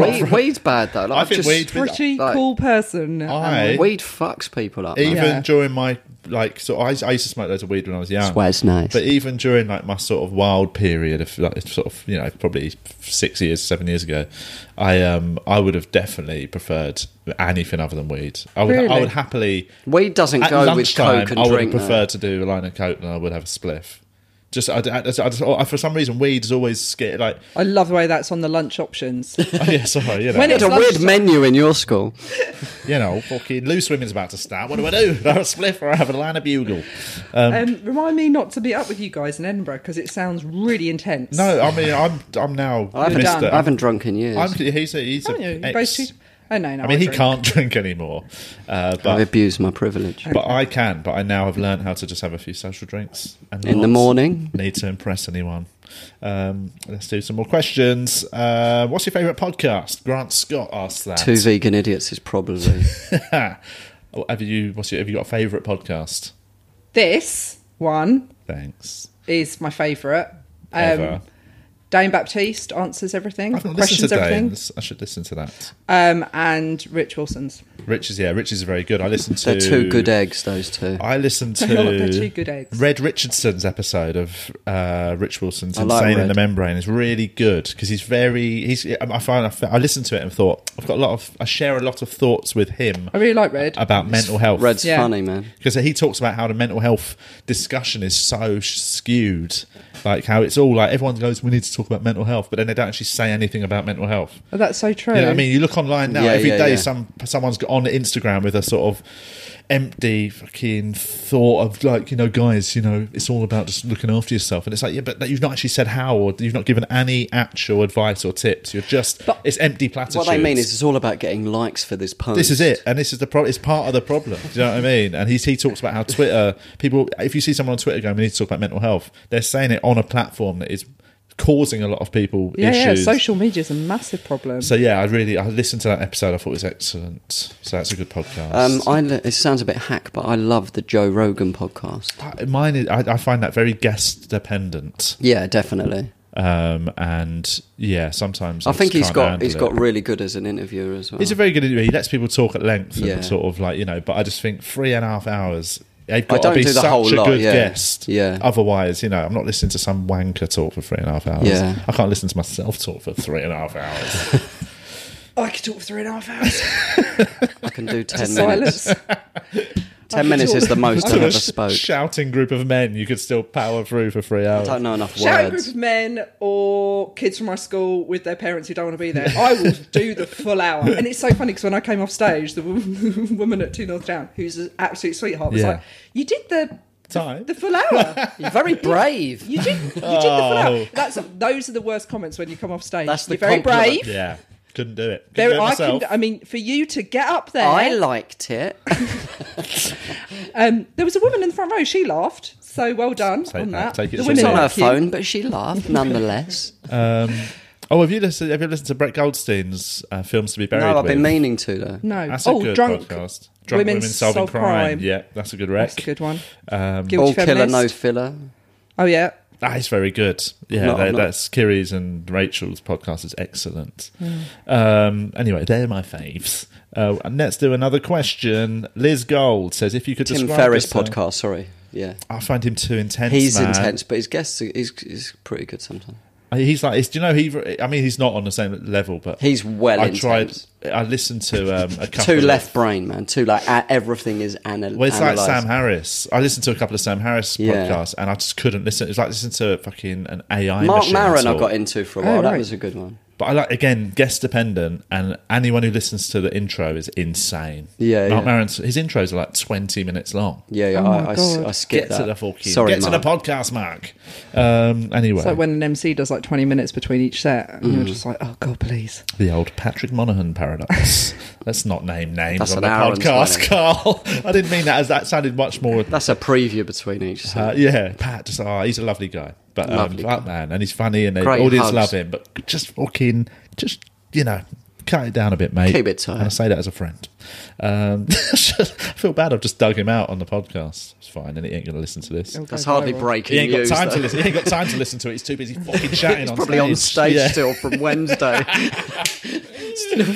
Speaker 4: Weed, weed's bad though. Like,
Speaker 1: I
Speaker 4: I've
Speaker 1: think
Speaker 4: just-
Speaker 1: weed-
Speaker 3: Pretty
Speaker 4: Like-
Speaker 3: cool person. Um,
Speaker 1: I
Speaker 4: Weed fucks people up.
Speaker 1: even
Speaker 4: man.
Speaker 3: Yeah.
Speaker 1: during my like so I, I used to smoke loads of weed when I was young.
Speaker 4: That's why it's nice.
Speaker 1: But even during like my sort of wild period of like sort of you know probably six years seven years ago, I um I would have definitely preferred anything other than weed. I would I
Speaker 3: Really?
Speaker 1: would happily
Speaker 4: Weed doesn't
Speaker 1: at
Speaker 4: go with
Speaker 1: lunchtime
Speaker 4: coke and
Speaker 1: I would
Speaker 4: drink.
Speaker 1: have
Speaker 4: though.
Speaker 1: preferred to do a line of coke than I would have a spliff. Just I, I, I just I, for some reason weed is always scared like
Speaker 3: I love the way that's on the lunch options.
Speaker 1: oh, yeah sorry you know
Speaker 3: When
Speaker 4: It's a
Speaker 3: It's
Speaker 4: weird
Speaker 3: lunchtime.
Speaker 4: menu in your school.
Speaker 1: you know fucking loose women's about to start what do I do I have a spliff or I have a line of bugle
Speaker 3: um, remind me not to be up with you guys in Edinburgh because it sounds really intense.
Speaker 1: no I mean I'm I'm now
Speaker 4: I haven't,
Speaker 1: Mr.
Speaker 3: done.
Speaker 4: I haven't drunk in years.
Speaker 1: I'm, he's a, he's a
Speaker 3: Haven't you? You
Speaker 1: ex-
Speaker 3: both two- Oh no, no.
Speaker 1: I mean, he
Speaker 3: drink.
Speaker 1: can't drink anymore, uh,
Speaker 4: I've
Speaker 1: but
Speaker 4: abused my privilege.
Speaker 1: but I can. But I now have learned how to just have a few social drinks and
Speaker 4: In the
Speaker 1: not
Speaker 4: morning?
Speaker 1: Need to impress anyone. Um, let's do some more questions. Uh, what's your favourite podcast? Grant Scott asked that.
Speaker 4: Two vegan idiots is probably.
Speaker 1: Oh, have you? What's your? Have you got a favourite podcast?
Speaker 3: This one
Speaker 1: Thanks.
Speaker 3: is my favourite.
Speaker 1: Ever.
Speaker 3: Um, Dame Baptiste answers everything,
Speaker 1: I've not listened
Speaker 3: questions
Speaker 1: to
Speaker 3: everything,
Speaker 1: Dane's. I should listen to that.
Speaker 3: um, and Rich Wilson's.
Speaker 1: Rich is yeah. Rich is very good. I listened to.
Speaker 4: They're two good eggs, those two.
Speaker 1: I listened to
Speaker 3: They're two good eggs.
Speaker 1: Red Richardson's episode of uh, Rich Wilson's
Speaker 4: I
Speaker 1: Insane
Speaker 4: like
Speaker 1: in
Speaker 4: Red.
Speaker 1: the Membrane is really good because he's very he's I find I, I listened to it and thought I've got a lot of I share a lot of thoughts with him
Speaker 3: I really like Red.
Speaker 1: about mental health
Speaker 4: Red's
Speaker 3: Yeah.
Speaker 4: funny, man.
Speaker 1: because he talks about how the mental health discussion is so sh- skewed like how it's all like everyone goes we need to talk about mental health, but then they don't actually say anything about mental health.
Speaker 3: Oh, that's so true.
Speaker 1: You know what I mean, you look online now
Speaker 4: Yeah,
Speaker 1: every day.
Speaker 4: yeah, yeah.
Speaker 1: Some someone's got on Instagram with a sort of empty fucking thought of like, you know, guys, you know, it's all about just looking after yourself, and it's like, yeah, but you've not actually said how, or you've not given any actual advice or tips. You're just
Speaker 3: But-
Speaker 1: it's empty platitudes.
Speaker 4: What they mean is it's all about getting likes for this post.
Speaker 1: This is it, and this is the problem. It's part of the problem. Do you know what I mean? And he's, he talks about how Twitter people. If you see someone on Twitter going, "We need to talk about mental health," they're saying it on a platform that is causing a lot of people
Speaker 3: yeah, yeah.
Speaker 1: issues.
Speaker 3: Social media is a massive problem.
Speaker 1: So yeah, I really I listened to that episode. I thought it was excellent. So that's a good podcast.
Speaker 4: Um, I, lo- it sounds a bit hack, but I love the Joe Rogan podcast.
Speaker 1: I, mine, is, I, I find that very guest dependent,
Speaker 4: Yeah, definitely.
Speaker 1: um, and yeah, sometimes
Speaker 4: I think
Speaker 1: just
Speaker 4: he's
Speaker 1: can't
Speaker 4: got
Speaker 1: handle
Speaker 4: he's
Speaker 1: it.
Speaker 4: got really good as an interviewer as well.
Speaker 1: He's a very good interview. He lets people talk at length
Speaker 4: Yeah.
Speaker 1: and sort of like you know. But I just think three and a half hours. They've
Speaker 4: I
Speaker 1: got to
Speaker 4: don't
Speaker 1: be
Speaker 4: do the
Speaker 1: such
Speaker 4: whole
Speaker 1: a
Speaker 4: lot,
Speaker 1: good
Speaker 4: yeah.
Speaker 1: guest.
Speaker 4: Yeah.
Speaker 1: Otherwise, you know, I'm not listening to some wanker talk for three and a half hours.
Speaker 4: Yeah.
Speaker 1: I can't listen to myself talk for three and a half hours.
Speaker 3: I could talk for three and a half hours.
Speaker 4: I can do ten minutes.
Speaker 3: Silence.
Speaker 4: Ten minutes is the most I've
Speaker 1: Sort
Speaker 4: ever
Speaker 1: of
Speaker 4: spoke.
Speaker 1: Shouting group of men, you could still power through for three hours.
Speaker 4: I don't know enough
Speaker 3: Shout out group
Speaker 4: words.
Speaker 3: of men or kids from my school with their parents who don't want to be there. I will do the full hour. And it's so funny because when I came off stage, the wo- woman at Two North Down, who's an absolute sweetheart, was
Speaker 1: Yeah.
Speaker 3: like, You did the.
Speaker 1: Time.
Speaker 3: The full hour.
Speaker 4: You're very brave.
Speaker 3: You did. You did the full hour.
Speaker 1: Oh.
Speaker 3: That's those are the worst comments when you come off stage.
Speaker 4: That's the
Speaker 3: You're very
Speaker 4: compliment.
Speaker 3: brave.
Speaker 1: Yeah, couldn't do it. Couldn't
Speaker 3: There- uh,
Speaker 1: do it
Speaker 3: I
Speaker 1: myself.
Speaker 3: can. I mean, for you to get up there,
Speaker 4: I liked it.
Speaker 3: um, there was a woman in the front row. She laughed. So well done
Speaker 1: Take
Speaker 3: on
Speaker 1: that,
Speaker 3: that.
Speaker 1: take it
Speaker 3: the
Speaker 1: as a
Speaker 3: women
Speaker 4: It's on
Speaker 1: Yeah.
Speaker 4: her
Speaker 3: like you.
Speaker 4: phone, but she laughed nonetheless.
Speaker 1: oh, have you listened? Have you listened to Brett Goldstein's uh, films to be buried?
Speaker 4: No, I've been
Speaker 1: with?
Speaker 4: meaning to though.
Speaker 3: No.
Speaker 1: That's a
Speaker 3: oh,
Speaker 1: good
Speaker 3: drunk.
Speaker 1: podcast. Drunk women, solving
Speaker 3: Solve
Speaker 1: crime.
Speaker 3: Crime.
Speaker 1: Yeah, that's a good rec.
Speaker 3: That's a good one.
Speaker 1: Um,
Speaker 3: Guilty
Speaker 4: All killer,
Speaker 3: feminist.
Speaker 4: no filler.
Speaker 3: Oh yeah.
Speaker 1: That is very good. Yeah,
Speaker 4: No,
Speaker 1: that-
Speaker 4: I'm not-
Speaker 1: that's Kiri's and Rachel's podcast is excellent. Um, anyway, they're my faves. Uh, and let's do another question. Liz Gold says, "If you could
Speaker 4: Tim
Speaker 1: describe
Speaker 4: Ferriss
Speaker 1: yourself-
Speaker 4: podcast. Sorry, yeah.
Speaker 1: I find him too intense.
Speaker 4: He's
Speaker 1: man.
Speaker 4: intense, but his guests are- is is pretty good sometimes.
Speaker 1: He's like, it's, do you know? He, I mean, he's not on the same level, but
Speaker 4: He's well
Speaker 1: I
Speaker 4: intense.
Speaker 1: tried. I listened to um, a couple.
Speaker 4: Too
Speaker 1: of-
Speaker 4: left brain, man. Too like a- everything is anal-
Speaker 1: Well, it's
Speaker 4: analyzed.
Speaker 1: like Sam Harris. I listened to a couple of Sam Harris
Speaker 4: Yeah.
Speaker 1: podcasts, and I just couldn't listen. It was like listening to fucking an AI.
Speaker 4: Mark
Speaker 1: machine
Speaker 4: Maron, I
Speaker 1: talk.
Speaker 4: got into for a while.
Speaker 3: Oh,
Speaker 4: That
Speaker 3: right.
Speaker 4: was a good one.
Speaker 1: But I like again guest dependent, and anyone who listens to the intro is insane.
Speaker 4: Yeah,
Speaker 1: Mark
Speaker 4: yeah.
Speaker 1: Maron's his intros are like twenty minutes long.
Speaker 4: Yeah, yeah.
Speaker 3: Oh
Speaker 4: I,
Speaker 3: my
Speaker 4: I s-
Speaker 3: God.
Speaker 4: I skipped
Speaker 1: Get
Speaker 4: that.
Speaker 1: to the fucking.
Speaker 4: Sorry,
Speaker 1: get to
Speaker 4: Mark.
Speaker 1: the podcast, Mark. Um, anyway,
Speaker 3: It's like when an MC does like 20 minutes between each set, and
Speaker 1: Mm.
Speaker 3: you're just like, oh, God, please.
Speaker 1: the old Patrick Monaghan paradox. Let's not name names
Speaker 4: That's
Speaker 1: on
Speaker 4: an
Speaker 1: the
Speaker 4: hour and
Speaker 1: podcast,
Speaker 4: 20.
Speaker 1: Carl. I didn't mean that. As that sounded much more
Speaker 4: That's a preview between each. so-
Speaker 1: Uh, yeah, Pat. Just oh, he's a lovely guy, but um,
Speaker 4: Lovely
Speaker 1: that man, and he's funny, and the
Speaker 4: Great
Speaker 1: audience
Speaker 4: hugs.
Speaker 1: love him. But just fucking, just you know, cut it down a bit, mate.
Speaker 4: Keep it tight.
Speaker 1: And I say that as a friend. Um, I feel bad. I've just dug him out on the podcast. It's fine, and he ain't going to listen to this.
Speaker 4: That's hardly
Speaker 1: He
Speaker 4: breaking
Speaker 1: ain't got
Speaker 4: news.
Speaker 1: time
Speaker 4: though.
Speaker 1: to listen. He ain't got time to listen to it. He's too busy fucking chatting
Speaker 4: He's
Speaker 1: on
Speaker 4: probably
Speaker 1: stage.
Speaker 4: on stage
Speaker 1: Yeah.
Speaker 4: still from Wednesday. Still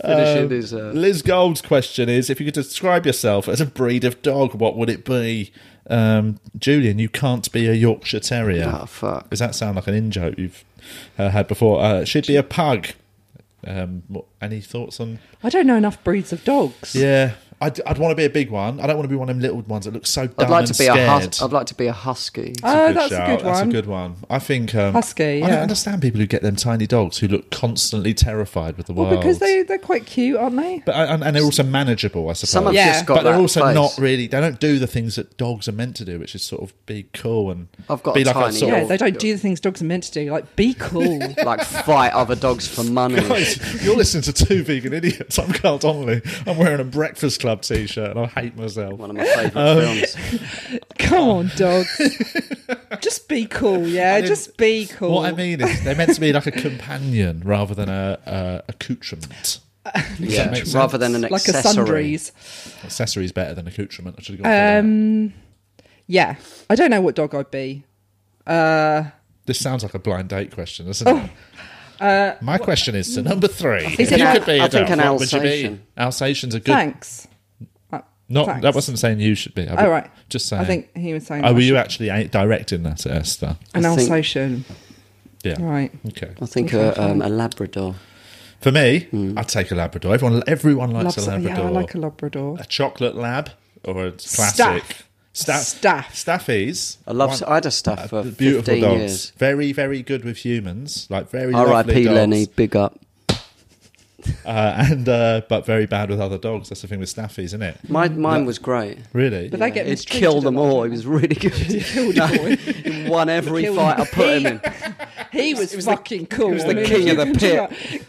Speaker 4: finishing his. Uh,
Speaker 1: Liz Gold's question is: If you could describe yourself as a breed of dog, what would it be? Um, Julian, you can't be a Yorkshire Terrier.
Speaker 4: oh fuck!
Speaker 1: Does that sound like an in joke you've uh, had before? Uh, she'd be a pug. Um, what, any thoughts on?
Speaker 3: I don't know enough breeds of dogs.
Speaker 1: Yeah, I'd, I'd want to be a big one. I don't want to be one of them little ones that look so dumb
Speaker 4: I'd like
Speaker 1: and
Speaker 4: to be a
Speaker 1: scared.
Speaker 4: hus- I'd like to be a husky.
Speaker 3: Oh, that's a
Speaker 1: shout.
Speaker 3: good
Speaker 1: That's
Speaker 3: one.
Speaker 1: a good one. I think um,
Speaker 3: Husky,
Speaker 1: I don't
Speaker 3: yeah.
Speaker 1: understand people who get them tiny dogs who look constantly terrified with the
Speaker 3: well,
Speaker 1: world.
Speaker 3: because they, they're quite cute, aren't they?
Speaker 1: but and, and they're also manageable, I suppose.
Speaker 4: Some have
Speaker 3: Yeah.
Speaker 4: just got
Speaker 1: but they're
Speaker 4: that
Speaker 1: also
Speaker 4: face.
Speaker 1: not really. They don't do the things that dogs are meant to do, which is sort of be cool and
Speaker 4: I've got
Speaker 1: be
Speaker 4: a
Speaker 1: like
Speaker 4: tiny
Speaker 1: a sort
Speaker 3: Yeah,
Speaker 1: of
Speaker 3: they don't do the things dogs are meant to do. Like, be cool.
Speaker 4: like fight other dogs for money.
Speaker 1: Guys, you're listening to two vegan idiots. I'm Carl Donnelly. I'm wearing a Breakfast Club t-shirt and I hate myself.
Speaker 4: One of my favourite
Speaker 1: Oh,
Speaker 4: films.
Speaker 3: Come on, dogs. just be cool, yeah? Just be cool.
Speaker 1: What I mean is they're meant to be like a companion rather than a, a accoutrement.
Speaker 4: Yeah,
Speaker 1: makes
Speaker 4: rather
Speaker 1: sense.
Speaker 4: than an
Speaker 3: like a
Speaker 4: accessory.
Speaker 3: sundries.
Speaker 1: Accessory is better than accoutrement. I should have gone for that.
Speaker 3: Um, yeah. I don't know what dog I'd be. Uh,
Speaker 1: This sounds like a blind date question, doesn't
Speaker 3: Oh.
Speaker 1: it?
Speaker 3: Uh,
Speaker 1: My question is to number three. If
Speaker 3: Mm. an
Speaker 1: you
Speaker 3: Al-
Speaker 1: could be a
Speaker 4: I think
Speaker 1: dog,
Speaker 4: an
Speaker 1: what would you be?
Speaker 4: Alsatian.
Speaker 1: Alsatians are good.
Speaker 3: thanks. Uh,
Speaker 1: Not
Speaker 3: thanks.
Speaker 1: that wasn't saying you should be. I
Speaker 3: Oh,
Speaker 1: would-
Speaker 3: right.
Speaker 1: Just saying.
Speaker 3: I think he was saying
Speaker 1: Oh,
Speaker 3: that
Speaker 1: were
Speaker 3: I
Speaker 1: you actually a- directing that at Esther?
Speaker 3: should- an
Speaker 4: I think-
Speaker 3: Alsatian.
Speaker 1: Yeah.
Speaker 3: Right.
Speaker 1: Okay.
Speaker 4: I think a, um, a Labrador.
Speaker 1: For me,
Speaker 3: mm.
Speaker 1: I'd take a Labrador. Everyone, everyone likes
Speaker 3: Labs-
Speaker 1: a Labrador.
Speaker 3: Yeah, I like a Labrador.
Speaker 1: a chocolate lab or a classic
Speaker 3: Staff.
Speaker 1: staff, Sta-
Speaker 3: Staff.
Speaker 1: Staffies.
Speaker 4: I love.
Speaker 1: One-
Speaker 4: I had a stuff for
Speaker 1: uh, beautiful
Speaker 4: 15
Speaker 1: dogs.
Speaker 4: years.
Speaker 1: Very, very good with humans. Like very lovely
Speaker 4: R.I.P.
Speaker 1: dogs.
Speaker 4: Lenny. Big up.
Speaker 1: Uh, and uh, but very bad with other dogs. That's the thing with staffies, isn't it?
Speaker 4: My, mine was great.
Speaker 1: Really?
Speaker 3: But they get
Speaker 4: It
Speaker 3: mistreated
Speaker 4: killed them
Speaker 3: a lot.
Speaker 4: all. It was really good. No, he won every
Speaker 3: Killed
Speaker 4: fight I
Speaker 3: them.
Speaker 4: put him in.
Speaker 3: He was, fucking cool. He was
Speaker 4: the king of the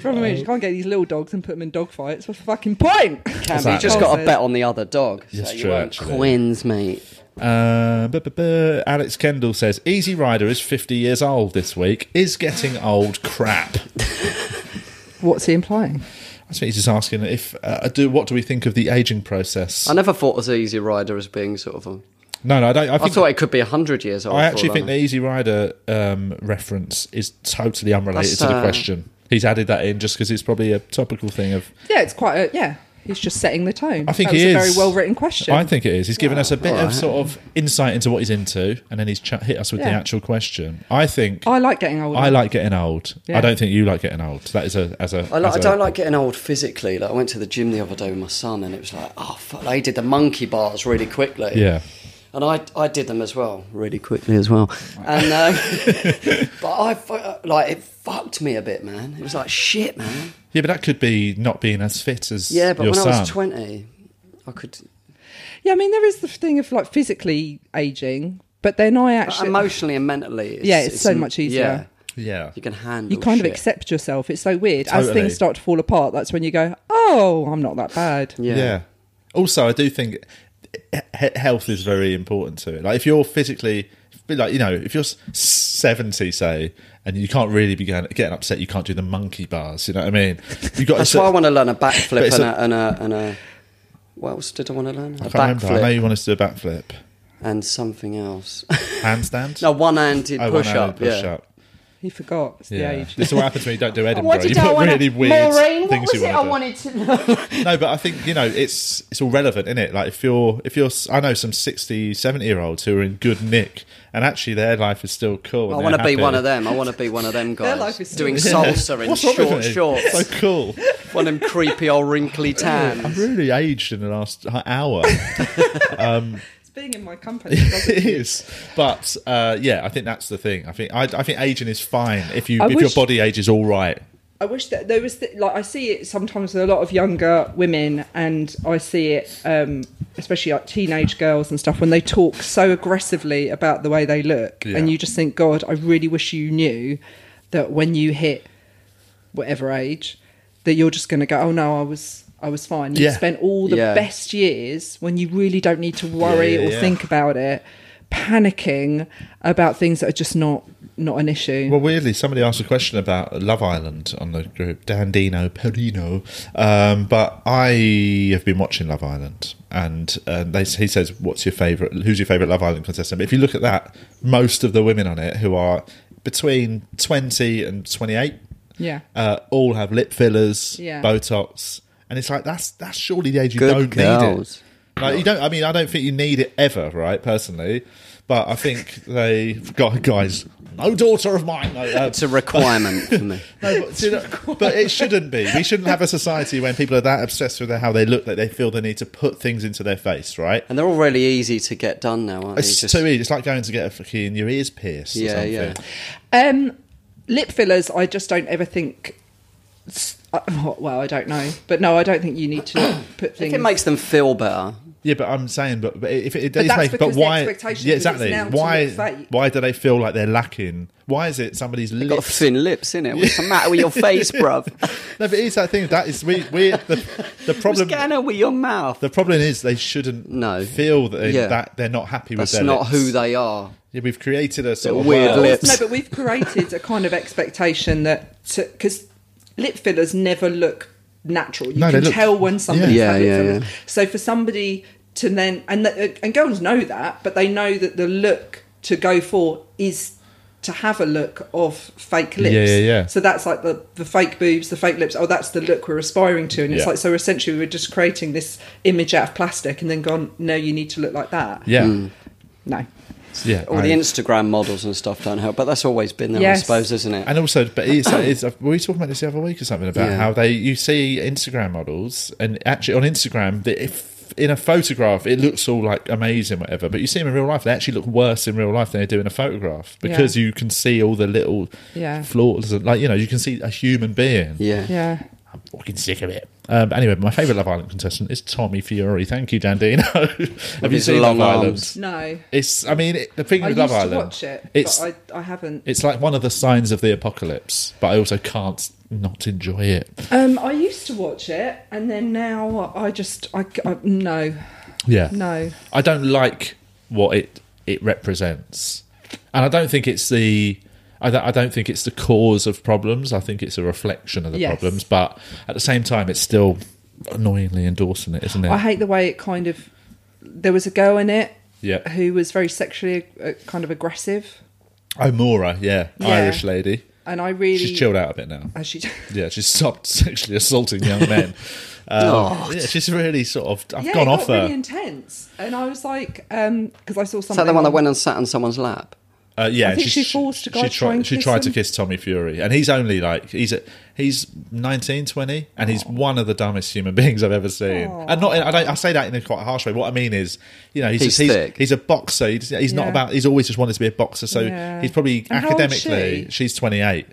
Speaker 3: Problem is, you can't get these little dogs and put them in dog fights. What's the fucking point?
Speaker 4: Can
Speaker 1: that?
Speaker 4: you just got to
Speaker 3: Says-
Speaker 4: bet on the other dog?
Speaker 1: Yes,
Speaker 4: you
Speaker 1: true,
Speaker 4: want
Speaker 1: actually.
Speaker 4: Coins, mate.
Speaker 1: Uh, bu- bu- bu- Alex Kendall says Easy Rider is 50 years old this week. Is getting old crap.
Speaker 3: What's he implying?
Speaker 1: I think he's just asking if uh, do what do we think of the aging process?
Speaker 4: I never thought of the Easy Rider as being sort of a.
Speaker 1: No, no, I don't. I
Speaker 4: I
Speaker 1: think
Speaker 4: thought it could be hundred years old.
Speaker 1: I
Speaker 4: for
Speaker 1: actually
Speaker 4: all
Speaker 1: think
Speaker 4: I
Speaker 1: the
Speaker 4: know.
Speaker 1: Easy Rider um, reference is totally unrelated
Speaker 4: That's,
Speaker 1: to the
Speaker 4: uh,
Speaker 1: question. He's added that in just because it's probably a topical thing of.
Speaker 3: Yeah, it's quite a, yeah. He's just setting the tone.
Speaker 1: I think
Speaker 3: that was
Speaker 1: he
Speaker 3: a
Speaker 1: is.
Speaker 3: very well written question.
Speaker 1: I think it is. He's given us a bit of
Speaker 4: alright.
Speaker 1: sort of insight into what he's into, and then he's ch- hit us with the
Speaker 3: Yeah.
Speaker 1: actual question. I think
Speaker 3: I like getting older.
Speaker 1: I like getting old.
Speaker 3: Yeah.
Speaker 1: I don't think you like getting old. That is a as a.
Speaker 4: I, like,
Speaker 1: as
Speaker 4: I
Speaker 1: a-
Speaker 4: don't like getting old physically. Like I went to the gym the other day with my son, and it was like, oh fuck, they did the monkey bars really quickly.
Speaker 1: Yeah.
Speaker 4: and I, I did them as well, really quickly as well. And uh, but I fu- uh, like it fucked me a bit, man. It was like shit, man.
Speaker 1: Yeah, but that could be not being as fit as
Speaker 4: Yeah, but
Speaker 1: your
Speaker 4: when
Speaker 1: son.
Speaker 4: I was twenty, I could
Speaker 3: yeah, I mean, there is the thing of like physically aging, but then I actually.
Speaker 4: emotionally and mentally. It's,
Speaker 3: Yeah, it's so much easier.
Speaker 4: Yeah,
Speaker 1: yeah,
Speaker 4: you can handle.
Speaker 3: you kind
Speaker 4: shit.
Speaker 3: of accept yourself. It's so weird. As
Speaker 1: Totally.
Speaker 3: things start to fall apart, that's when you go, oh, I'm not that bad.
Speaker 4: Yeah.
Speaker 1: yeah. Also, I do think he- health is very important to it. Like if you're physically, like you know, if you're s- seventy, say, and you can't really be going, getting upset, you can't do the monkey bars. You know what I mean? You got.
Speaker 4: That's
Speaker 1: to,
Speaker 4: why I want to learn a
Speaker 1: But
Speaker 4: backflip
Speaker 1: it's
Speaker 4: and
Speaker 1: a-
Speaker 4: a, and a and a. What else did I want to learn? A
Speaker 1: I can't remember. I know
Speaker 4: backflip
Speaker 1: you want us to do a backflip,
Speaker 4: and something else.
Speaker 1: handstand.
Speaker 4: no, one-handed
Speaker 1: Oh,
Speaker 4: push
Speaker 1: one-handed
Speaker 4: up. Yeah.
Speaker 1: push-up.
Speaker 3: He forgot. It's
Speaker 1: Yeah.
Speaker 3: the age.
Speaker 1: This is what happens when you don't do Edinburgh.
Speaker 4: What
Speaker 1: you
Speaker 4: did
Speaker 1: put
Speaker 4: I want
Speaker 1: really
Speaker 4: to?
Speaker 1: weird
Speaker 4: Maureen, what
Speaker 1: things
Speaker 4: was
Speaker 1: you
Speaker 4: it
Speaker 1: want
Speaker 4: I
Speaker 1: to do.
Speaker 4: wanted to know?
Speaker 1: No, but I think you know it's it's all relevant, isn't it? Like if you're if you're I know some 60, 70 year olds who are in good nick, and actually their life is still cool.
Speaker 4: I want to be one of them. I want to be one of them guys
Speaker 3: life is
Speaker 4: doing
Speaker 3: still-
Speaker 4: salsa in short shorts.
Speaker 1: So cool.
Speaker 4: One of them creepy old wrinkly
Speaker 1: I've
Speaker 4: tans.
Speaker 1: really aged in the last h- hour.
Speaker 3: It's being in my company.
Speaker 1: it is, but uh, yeah, I think that's the thing. I think I, I think aging is fine if you
Speaker 3: I
Speaker 1: if your
Speaker 3: wish-
Speaker 1: body age is all right.
Speaker 3: I wish that there was th- like I see it sometimes with a lot of younger women, and I see it um, especially like teenage girls and stuff when they talk so aggressively about the way they look,
Speaker 1: Yeah.
Speaker 3: and you just think, God, I really wish you knew that when you hit whatever age, that you're just going to go, Oh no, I was. I was fine. You
Speaker 1: Yeah.
Speaker 3: spent all the
Speaker 4: Yeah.
Speaker 3: best years when you really don't need to worry
Speaker 1: Yeah, yeah,
Speaker 3: or
Speaker 1: yeah.
Speaker 3: think about it, panicking about things that are just not not an issue.
Speaker 1: Well, weirdly, somebody asked a question about Love Island on the group, Dandino Perino. Um, but I have been watching Love Island, and uh, they, he says, "What's your favorite? Who's your favorite Love Island contestant?" But if you look at that, most of the women on it who are between twenty and twenty-eight,
Speaker 3: yeah.
Speaker 1: uh, all have lip fillers,
Speaker 3: Yeah.
Speaker 1: Botox, and it's like that's that's surely the age you
Speaker 4: Good
Speaker 1: don't
Speaker 4: girls.
Speaker 1: need it. Like you don't. I mean, I don't think you need it ever, right? Personally, but I think they got guys. No daughter of mine. No, uh,
Speaker 4: It's a requirement for me.
Speaker 1: no, but, do you know- but it shouldn't be. We shouldn't have a society when people are that obsessed with how they look that they feel the need to put things into their face, right?
Speaker 4: And they're all really easy to get done now, aren't
Speaker 1: It's
Speaker 4: they?
Speaker 1: too easy. It's like going to get a fucking your ears pierced. or
Speaker 4: Yeah,
Speaker 1: something.
Speaker 4: yeah.
Speaker 3: Um, lip fillers, I just don't ever think. s- uh, Well, I don't know, but no, I don't think you need to put
Speaker 4: If
Speaker 3: things.
Speaker 4: it makes them feel better.
Speaker 1: Yeah, but I'm saying, but, but if it, it
Speaker 3: But
Speaker 1: is
Speaker 3: that's
Speaker 1: make, but
Speaker 3: because the
Speaker 1: why?
Speaker 3: expectation
Speaker 1: yeah,
Speaker 3: is it's
Speaker 1: exactly.
Speaker 3: now to
Speaker 1: Why?
Speaker 3: look fake.
Speaker 1: Why do they feel like they're lacking? Why is it somebody's
Speaker 4: Got
Speaker 1: lips?
Speaker 4: thin lips, innit? What's the matter with your face, bruv?
Speaker 1: no, but it is that thing that is we we the, the
Speaker 4: What's
Speaker 1: problem.
Speaker 4: going on with your mouth?
Speaker 1: The problem is they shouldn't
Speaker 4: No.
Speaker 1: feel that, they,
Speaker 4: Yeah.
Speaker 1: that they're not happy
Speaker 4: That's
Speaker 1: with their
Speaker 4: not
Speaker 1: lips.
Speaker 4: who they are.
Speaker 1: Yeah, we've created a sort
Speaker 4: They're
Speaker 1: of
Speaker 4: weird
Speaker 1: world.
Speaker 4: lips.
Speaker 3: Oh, no, but we've created a kind of expectation that because lip fillers never look natural. You
Speaker 1: No, they
Speaker 3: can
Speaker 1: look-
Speaker 3: tell when somebody's had
Speaker 4: Yeah. Yeah,
Speaker 3: lip
Speaker 4: yeah,
Speaker 3: fillers.
Speaker 4: yeah.
Speaker 3: So for somebody to then and the, and girls know that, but they know that the look to go for is to have a look of fake lips.
Speaker 1: Yeah, yeah, yeah.
Speaker 3: So that's like the the fake boobs, the fake lips. Oh, that's the look we're aspiring to, and it's
Speaker 1: Yeah.
Speaker 3: like so. Essentially, we're just creating this image out of plastic, and then gone. No, you need to look like that.
Speaker 1: Yeah,
Speaker 4: Mm.
Speaker 3: No.
Speaker 1: yeah.
Speaker 4: All
Speaker 1: I-
Speaker 4: the Instagram models and stuff don't help, but that's always been there, I
Speaker 3: Yes.
Speaker 4: suppose, isn't it?
Speaker 1: And also, but it's, it's, were we talking about this the other week or something about
Speaker 4: Yeah.
Speaker 1: how they you see Instagram models and actually on Instagram the if in a photograph, it looks all like amazing, whatever. But you see them in real life; they actually look worse in real life than they do in a photograph because you can see all the little
Speaker 3: Yeah.
Speaker 1: flaws. And, like you know, you can see a human being.
Speaker 4: Yeah.
Speaker 3: Yeah.
Speaker 1: I'm fucking sick of it. Um, anyway, my favourite Love Island contestant is Tommy Fiore. Thank you, Dandino. Have you
Speaker 4: his
Speaker 1: seen
Speaker 4: long
Speaker 1: Love
Speaker 4: arms.
Speaker 1: Island?
Speaker 3: No.
Speaker 1: It's. I mean, it, the thing
Speaker 3: I
Speaker 1: with Love
Speaker 3: used to
Speaker 1: Island,
Speaker 3: watch it,
Speaker 1: it's
Speaker 3: but I, I haven't.
Speaker 1: it's like one of the signs of the apocalypse. But I also can't not enjoy it.
Speaker 3: Um, I used to watch it, and then now I just I, I no
Speaker 1: Yeah.
Speaker 3: no.
Speaker 1: I don't like what it it represents, and I don't think it's the. I don't, I don't think it's the cause of problems. I think it's a reflection of the
Speaker 3: Yes.
Speaker 1: problems. But at the same time, it's still annoyingly endorsing it, isn't it?
Speaker 3: I hate the way it kind of. There was a girl in it
Speaker 1: Yeah.
Speaker 3: who was very sexually uh, kind of aggressive,
Speaker 1: oh, Mora, yeah,
Speaker 3: Yeah.
Speaker 1: Irish lady.
Speaker 3: and I really
Speaker 1: She's chilled out a bit now.
Speaker 3: Uh, she,
Speaker 1: Yeah, she's stopped sexually assaulting young men. Um,
Speaker 4: Oh.
Speaker 1: yeah, she's really sort of. I've
Speaker 3: yeah,
Speaker 1: gone
Speaker 3: it
Speaker 1: off
Speaker 3: got really
Speaker 1: her.
Speaker 3: intense, and I was like, because I saw something.
Speaker 4: Is that the one that went and sat on someone's lap?
Speaker 1: Uh, yeah,
Speaker 3: I think
Speaker 1: she's-
Speaker 3: she forced a guy
Speaker 1: she
Speaker 3: to try
Speaker 1: tried,
Speaker 3: and
Speaker 1: she
Speaker 3: kiss
Speaker 1: tried to
Speaker 3: him.
Speaker 1: kiss Tommy Fury, and he's only like he's a, he's 19, 20, and
Speaker 3: Oh.
Speaker 1: he's one of the dumbest human beings I've ever seen. And not in- I don't I say that in a quite harsh way. What I mean is, you know, he's
Speaker 4: He's
Speaker 1: just, he's,
Speaker 4: thick.
Speaker 1: he's a boxer. He's, he's not
Speaker 3: Yeah.
Speaker 1: about. He's always just wanted to be a boxer. So
Speaker 3: Yeah.
Speaker 1: he's probably
Speaker 3: And how old is
Speaker 1: academically
Speaker 3: she?
Speaker 1: she's twenty eight.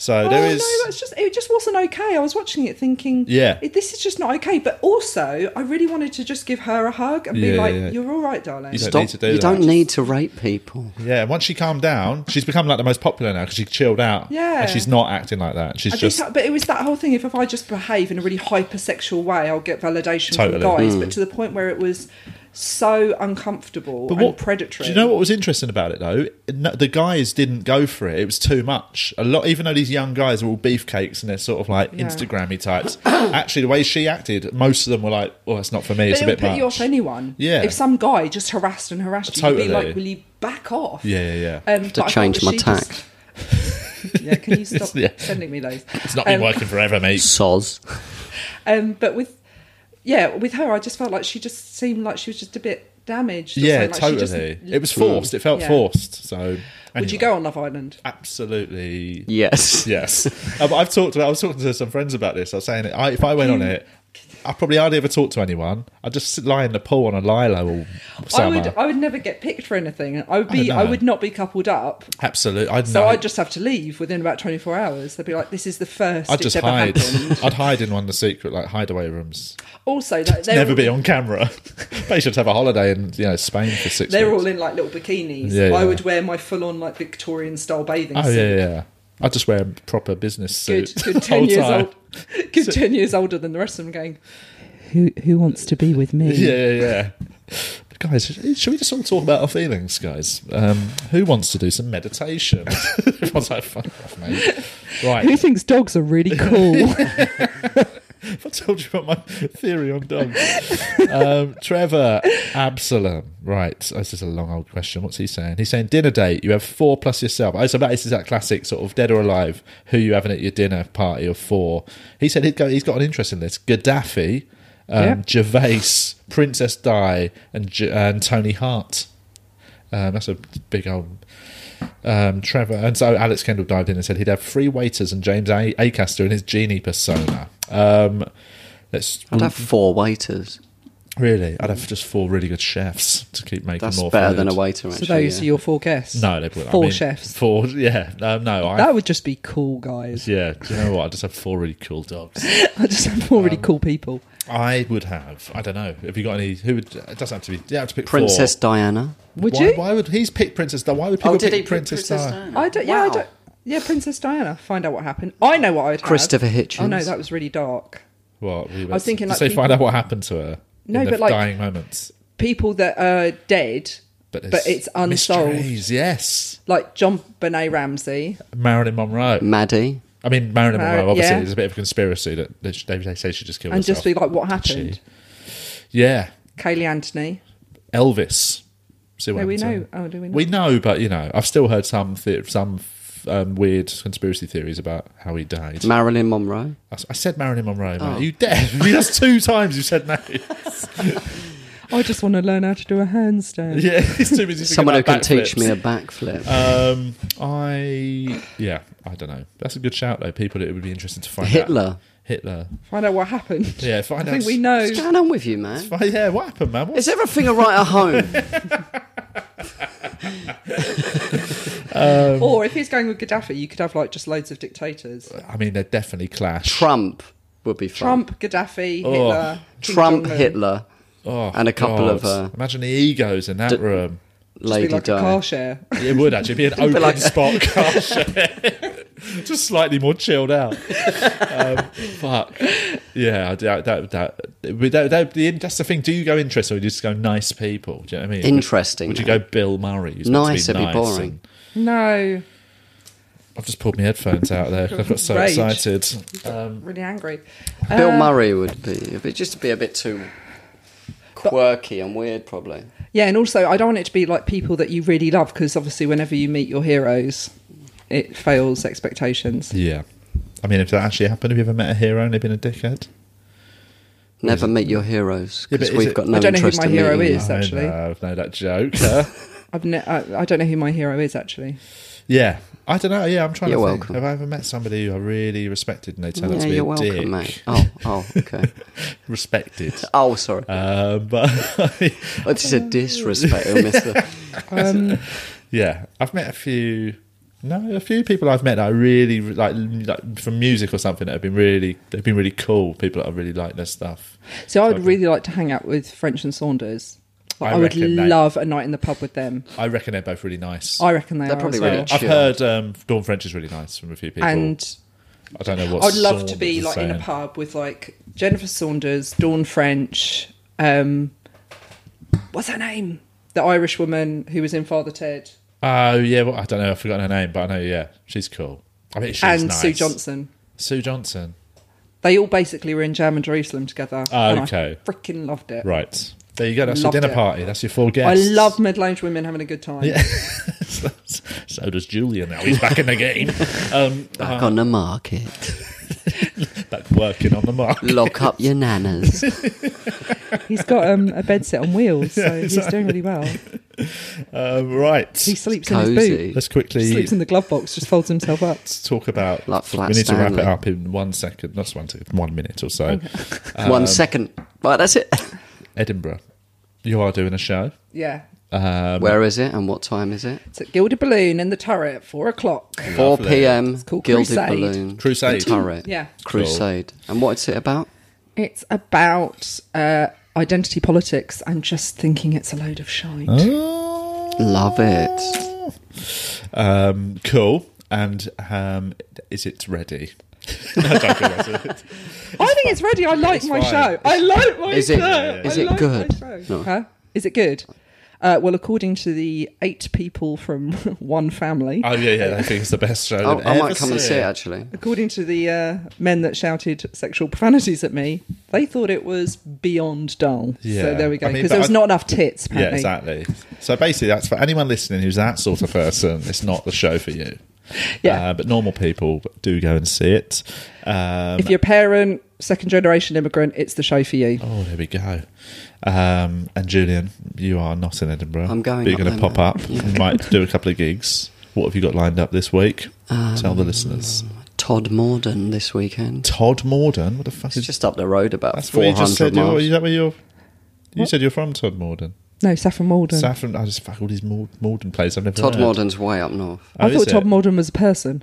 Speaker 1: So
Speaker 3: Oh,
Speaker 1: there is.
Speaker 3: no, that's just it. Just wasn't okay. I was watching it thinking,
Speaker 1: Yeah.
Speaker 3: it- this is just not okay. But also, I really wanted to just give her a hug and
Speaker 1: Yeah,
Speaker 3: be like,
Speaker 1: yeah.
Speaker 3: "You're all right, darling."
Speaker 1: You don't
Speaker 4: Stop.
Speaker 1: need to do
Speaker 4: you
Speaker 1: that.
Speaker 4: don't need to rape people.
Speaker 1: Yeah, and once she calmed down, she's become like the most popular now because she chilled out.
Speaker 3: Yeah.
Speaker 1: and she's not acting like that. She's
Speaker 3: I
Speaker 1: just
Speaker 3: think, but it was that whole thing. If, if I just behave in a really hypersexual way, I'll get validation
Speaker 1: Totally.
Speaker 3: from guys. But to the point where it was so uncomfortable and predatory.
Speaker 1: Do you know what was interesting about it though? No, the guys didn't go for it. It was too much. A lot, even though these young guys are all beefcakes and they're sort of like
Speaker 3: Yeah.
Speaker 1: Instagrammy types. actually, the way she acted, most of them were like, "Well, that's not for me.
Speaker 3: But
Speaker 1: it's
Speaker 3: it
Speaker 1: a
Speaker 3: would
Speaker 1: bit
Speaker 3: put
Speaker 1: much."
Speaker 3: you off anyone.
Speaker 1: Yeah.
Speaker 3: If some guy just harassed and harassed you, you'd be
Speaker 1: Totally.
Speaker 3: like, "Will you back off?"
Speaker 1: Yeah, yeah, yeah.
Speaker 3: Um, but I
Speaker 4: To
Speaker 3: felt
Speaker 4: change
Speaker 3: that
Speaker 4: my
Speaker 3: she
Speaker 4: tack.
Speaker 3: just- yeah, can you stop
Speaker 1: Yeah.
Speaker 3: sending me those?
Speaker 1: it's not been
Speaker 3: Um,
Speaker 1: working forever, mate.
Speaker 4: Soz.
Speaker 3: Um, but with yeah, with her, I just felt like she just seemed like she was just a bit damaged. or
Speaker 1: Yeah,
Speaker 3: something, like she just-
Speaker 1: totally. It was forced. It felt
Speaker 3: Yeah.
Speaker 1: forced. So, anyway.
Speaker 3: Would you go on Love Island?
Speaker 1: Absolutely.
Speaker 4: Yes.
Speaker 1: Yes, um, I've talked. To, I was talking to some friends about this. I was saying, I, if I went on it, I probably hardly ever talk to anyone. I'd just sit- lie in the pool on a lilo all summer.
Speaker 3: I would. I would never get picked for anything. I would be.
Speaker 1: don't
Speaker 3: I,
Speaker 1: know.
Speaker 3: would not be coupled up.
Speaker 1: Absolutely, I'd
Speaker 3: So
Speaker 1: know.
Speaker 3: I'd just have to leave within about twenty four hours. They'd be like, "This is the first
Speaker 1: I'd
Speaker 3: it's
Speaker 1: just
Speaker 3: ever
Speaker 1: hide.
Speaker 3: happened."
Speaker 1: I'd hide in one of the secret like hideaway rooms.
Speaker 3: Also, they're, they're
Speaker 1: Never
Speaker 3: all,
Speaker 1: be on camera. they should have a holiday in you know Spain for six.
Speaker 3: They're
Speaker 1: weeks.
Speaker 3: all in like little bikinis.
Speaker 1: Yeah,
Speaker 3: I
Speaker 1: yeah.
Speaker 3: would wear my full on like Victorian style bathing
Speaker 1: Oh
Speaker 3: suit.
Speaker 1: yeah, yeah. I just wear a proper business
Speaker 3: Good,
Speaker 1: suit.
Speaker 3: good
Speaker 1: the
Speaker 3: ten
Speaker 1: whole
Speaker 3: years
Speaker 1: time.
Speaker 3: old. Good ten years older than the rest of them. Going, who who wants to be with me?
Speaker 1: Yeah, yeah, yeah. But guys, should we just all talk about our feelings, guys? Um, who wants to do some meditation? Everyone's like, "Fuck off, mate." Right.
Speaker 3: thinks dogs are really cool?
Speaker 1: If I told you about my theory on dogs. um, Trevor Absalom. Right. This is a long old question. What's he saying? He's saying dinner date. You have four plus yourself. Oh, So that is that classic sort of dead or alive. Who you having at your dinner party of four? He said he'd go, he's got an interest in this. Gaddafi, um,
Speaker 3: Yeah.
Speaker 1: Gervais, Princess Di, and J- and Tony Hart. Um, that's a big old um, Trevor. And so Alex Kendall dived in and said he'd have three waiters and James a- Acaster in his genie persona. Um, let's
Speaker 4: I'd have four waiters.
Speaker 1: Really, I'd have just four really good chefs to keep making
Speaker 4: That's
Speaker 1: more.
Speaker 4: better
Speaker 1: food.
Speaker 4: than a waiter, actually.
Speaker 3: so those
Speaker 4: yeah.
Speaker 3: are your four guests.
Speaker 1: No, they wouldn't. I
Speaker 3: Four
Speaker 1: mean,
Speaker 3: chefs.
Speaker 1: Four, yeah, um, no, I.
Speaker 3: That would just be cool, guys.
Speaker 1: yeah, do you know what? I just have four really cool dogs.
Speaker 3: I just have four really
Speaker 1: Um,
Speaker 3: cool people.
Speaker 1: I would have. I don't know. Have you got any? Who would? It doesn't have to be. You have to pick four.
Speaker 4: Princess Oh, Diana.
Speaker 3: Would
Speaker 1: why,
Speaker 3: you?
Speaker 1: Why would he's picked Princess? Di? Why would
Speaker 3: Oh,
Speaker 1: people pick Princess, Di?
Speaker 3: I don't. Yeah, I don't. Yeah, Princess Diana. Find out what happened. I know what I'd. have.
Speaker 4: Christopher Hitchens.
Speaker 3: Oh no, that was really dark.
Speaker 1: What? I
Speaker 3: was thinking, like,
Speaker 1: so
Speaker 3: people-
Speaker 1: find out what happened to her.
Speaker 3: No,
Speaker 1: in the
Speaker 3: but, like-
Speaker 1: dying moments.
Speaker 3: People that are dead, but it's,
Speaker 1: there's
Speaker 3: unsolved.
Speaker 1: mysteries, Yes,
Speaker 3: Like John Benet Ramsey.
Speaker 1: Marilyn Monroe.
Speaker 4: Maddie.
Speaker 1: I mean, Marilyn
Speaker 3: Mar-
Speaker 1: Monroe. Obviously,
Speaker 3: yeah.
Speaker 1: there's a bit of a conspiracy that they, they say she just killed
Speaker 3: and
Speaker 1: herself.
Speaker 3: just be like, what happened?
Speaker 1: yeah,
Speaker 3: Kaylee Anthony.
Speaker 1: Elvis. See what
Speaker 3: No, we
Speaker 1: happened
Speaker 3: know.
Speaker 1: to him.
Speaker 3: Oh, do we know?
Speaker 1: We know, but you know, I've still heard some the- some um, weird conspiracy theories about how he died.
Speaker 4: Marilyn Monroe.
Speaker 1: I s- I said Marilyn Monroe. Mate.
Speaker 4: Oh.
Speaker 1: Are you dead? That's two times you said no.
Speaker 3: I just want to learn how to do a handstand.
Speaker 1: Yeah, it's too busy. thinking
Speaker 4: Someone who
Speaker 1: about
Speaker 4: can teach
Speaker 1: backflips.
Speaker 4: me a backflip.
Speaker 1: Um, I yeah, I don't know. That's a good shout though. People, it would be interesting to find out.
Speaker 4: Hitler.
Speaker 1: Hitler.
Speaker 3: Find out what happened.
Speaker 1: Yeah, find
Speaker 3: I
Speaker 1: out.
Speaker 3: think we know.
Speaker 4: What's going on with you, man?
Speaker 1: Fi- Yeah, what happened, man? What-
Speaker 4: Is everything all right at home?
Speaker 3: Or if he's going with Gaddafi, you could have like just loads of dictators.
Speaker 1: I mean, they definitely clash.
Speaker 4: Trump would be fun.
Speaker 3: Trump, Gaddafi, Hitler, Kim
Speaker 4: Trump,
Speaker 3: Jong-un.
Speaker 4: Hitler,
Speaker 1: Oh,
Speaker 4: and a couple of,
Speaker 1: God.
Speaker 4: uh,
Speaker 1: Imagine the egos in that room.
Speaker 3: Just be
Speaker 4: Lady
Speaker 3: like a
Speaker 4: Di.
Speaker 3: car share.
Speaker 1: It would actually be an open
Speaker 4: like-
Speaker 1: spot car share. Just slightly more chilled out. Um, fuck. Yeah, I doubt that. that, but that, that the, that's the thing. Do you go interest or do you just go nice people? Do you know what I mean?
Speaker 4: Interesting.
Speaker 1: Would you go Bill Murray? who's meant to
Speaker 4: Nice, it'd be
Speaker 1: nice
Speaker 4: boring.
Speaker 1: and-
Speaker 3: No,
Speaker 1: I've just pulled my headphones out there. 'cause I got so
Speaker 3: Rage.
Speaker 1: excited. Um,
Speaker 3: really angry.
Speaker 4: Bill
Speaker 3: Uh,
Speaker 4: Murray would be, it'd be just be a bit too quirky and weird, probably.
Speaker 3: Yeah, and also I don't want it to be like people that you really love because obviously whenever you meet your heroes, it fails expectations.
Speaker 1: yeah. I mean, if that actually happened, have you ever met a hero and they've been a dickhead?
Speaker 4: Never meet your heroes
Speaker 1: Yeah, but
Speaker 4: because
Speaker 1: is
Speaker 4: we've
Speaker 1: it-
Speaker 4: got no
Speaker 3: I don't know who
Speaker 4: interest
Speaker 3: my
Speaker 4: in
Speaker 3: hero
Speaker 4: meeting you.
Speaker 3: is. Actually.
Speaker 1: I know, I've made that joke. Uh, huh?
Speaker 3: I've ne- I, I don't know who my hero is actually.
Speaker 1: Yeah. I don't know. Yeah, I'm trying
Speaker 4: You're
Speaker 1: to
Speaker 4: welcome.
Speaker 1: think. Have I ever met somebody who I really respected and they turned out
Speaker 4: Yeah,
Speaker 1: to be
Speaker 4: you're
Speaker 1: a
Speaker 4: welcome,
Speaker 1: dick?
Speaker 4: mate. Oh, oh, okay.
Speaker 1: Respected.
Speaker 4: Oh, sorry.
Speaker 1: Uh, but
Speaker 4: Oh, this is a disrespect, oh, Mister.
Speaker 3: Um,
Speaker 1: yeah, I've met a few. No, a few people I've met that I really like, like from music or something that have been really they've been really cool. People that I really like their stuff.
Speaker 3: So I would
Speaker 1: Okay.
Speaker 3: really like to hang out with French and Saunders.
Speaker 1: I
Speaker 3: Like, I, would
Speaker 1: reckon they-
Speaker 3: love a night in the pub with them.
Speaker 1: I reckon they're both really nice.
Speaker 3: I reckon they
Speaker 4: They're
Speaker 3: are
Speaker 4: probably
Speaker 3: as well.
Speaker 4: really
Speaker 1: I've
Speaker 4: Sure.
Speaker 1: heard um, Dawn French is really nice from a few people.
Speaker 3: And
Speaker 1: I don't know what.
Speaker 3: I'd love to
Speaker 1: Saunders
Speaker 3: be
Speaker 1: is
Speaker 3: like in a
Speaker 1: saying.
Speaker 3: pub with like Jennifer Saunders, Dawn French, um, what's her name? The Irish woman who was in Father Ted
Speaker 1: Oh yeah, well, I don't know. I've forgotten her name, but I know. Yeah, she's cool. I mean, she's
Speaker 3: and
Speaker 1: nice.
Speaker 3: Sue Johnson.
Speaker 1: Sue Johnson.
Speaker 3: They all basically were in Jam and Jerusalem together.
Speaker 1: Ah,
Speaker 3: and
Speaker 1: okay.
Speaker 3: I freaking loved it.
Speaker 1: Right. There you go. That's
Speaker 3: Loved
Speaker 1: your dinner
Speaker 3: it.
Speaker 1: party. That's your four
Speaker 3: I
Speaker 1: guests.
Speaker 3: love middle-aged women having a good time.
Speaker 1: Yeah. so, so does Julia now. He's back in the game. Um,
Speaker 4: Back on the market.
Speaker 1: back working on the mark.
Speaker 4: Lock up your nanas.
Speaker 3: He's got um, a bed set on wheels, so he's doing really well.
Speaker 1: Um, right.
Speaker 3: He sleeps in his boot.
Speaker 4: Cozy.
Speaker 1: Let's
Speaker 3: Sleeps in
Speaker 1: quickly
Speaker 3: the glove box, just folds himself up.
Speaker 1: let's talk about.
Speaker 4: Like Flat
Speaker 1: we need to wrap
Speaker 4: Stanley.
Speaker 1: it up in one second. That's one, second, one minute or so. Um,
Speaker 4: One second. Right, that's it.
Speaker 1: Edinburgh. You are doing a show.
Speaker 3: Yeah.
Speaker 1: Um,
Speaker 4: Where is it and what time is it?
Speaker 3: It's at Gilded Balloon in the turret at four o'clock.
Speaker 4: 4
Speaker 1: Lovely.
Speaker 4: p.m.
Speaker 3: called
Speaker 4: Gilded
Speaker 3: Crusade.
Speaker 4: Balloon.
Speaker 1: Crusade.
Speaker 4: The Turret.
Speaker 3: Yeah.
Speaker 4: Crusade. And what's it about?
Speaker 3: It's about uh, identity politics and just thinking it's a load of shite.
Speaker 1: Oh.
Speaker 4: Love it.
Speaker 1: Um, cool. And um, is it ready? I don't think that's it.
Speaker 3: I think it's ready. I like my
Speaker 1: fine.
Speaker 3: show. I like my
Speaker 4: Is
Speaker 3: show.
Speaker 4: it-
Speaker 3: I
Speaker 4: is it
Speaker 3: like my
Speaker 4: good?
Speaker 3: show.
Speaker 4: No.
Speaker 3: Huh? Is it good? Uh, well, according to the eight people from one family,
Speaker 1: Oh yeah, yeah. I think it's the best show.
Speaker 4: Oh,
Speaker 1: they've
Speaker 4: I
Speaker 1: ever
Speaker 4: might come and see it
Speaker 1: seen.
Speaker 4: actually.
Speaker 3: according to the uh, men that shouted sexual profanities at me, they thought it was beyond dull.
Speaker 1: Yeah.
Speaker 3: So there we
Speaker 1: I
Speaker 3: go.
Speaker 1: mean,
Speaker 3: Because
Speaker 1: but
Speaker 3: there was
Speaker 1: I-
Speaker 3: not enough tits.
Speaker 1: Yeah,
Speaker 3: Apparently.
Speaker 1: exactly. So basically, that's for anyone listening who's that sort of person. It's not the show for you.
Speaker 3: Yeah.
Speaker 1: Uh, but normal people do go and see it. Um,
Speaker 3: If you're a parent, second generation immigrant, it's the show for you.
Speaker 1: oh, there we go. Um, and Julian, you are not in Edinburgh.
Speaker 4: I'm going
Speaker 1: But you're going
Speaker 4: up
Speaker 1: to
Speaker 4: there,
Speaker 1: pop
Speaker 4: mate.
Speaker 1: up. You might do a couple of gigs. What have you got lined up this week? Tell
Speaker 4: Um,
Speaker 1: the listeners.
Speaker 4: Todd Morden this weekend.
Speaker 1: Todd Morden. What the fuck
Speaker 4: It's
Speaker 1: is
Speaker 4: just up the road about
Speaker 1: That's what you
Speaker 4: 400
Speaker 1: just said. You're,
Speaker 4: miles.
Speaker 1: is that where you're? You said you're from Todd Morden.
Speaker 3: No, Saffron Walden.
Speaker 1: Saffron. I just fuck all these Mord- Morden plays. I've never
Speaker 4: Todd
Speaker 1: heard.
Speaker 4: Morden's way up north.
Speaker 1: Oh,
Speaker 3: I
Speaker 1: is
Speaker 3: thought Todd
Speaker 1: it?
Speaker 3: Morden was a person.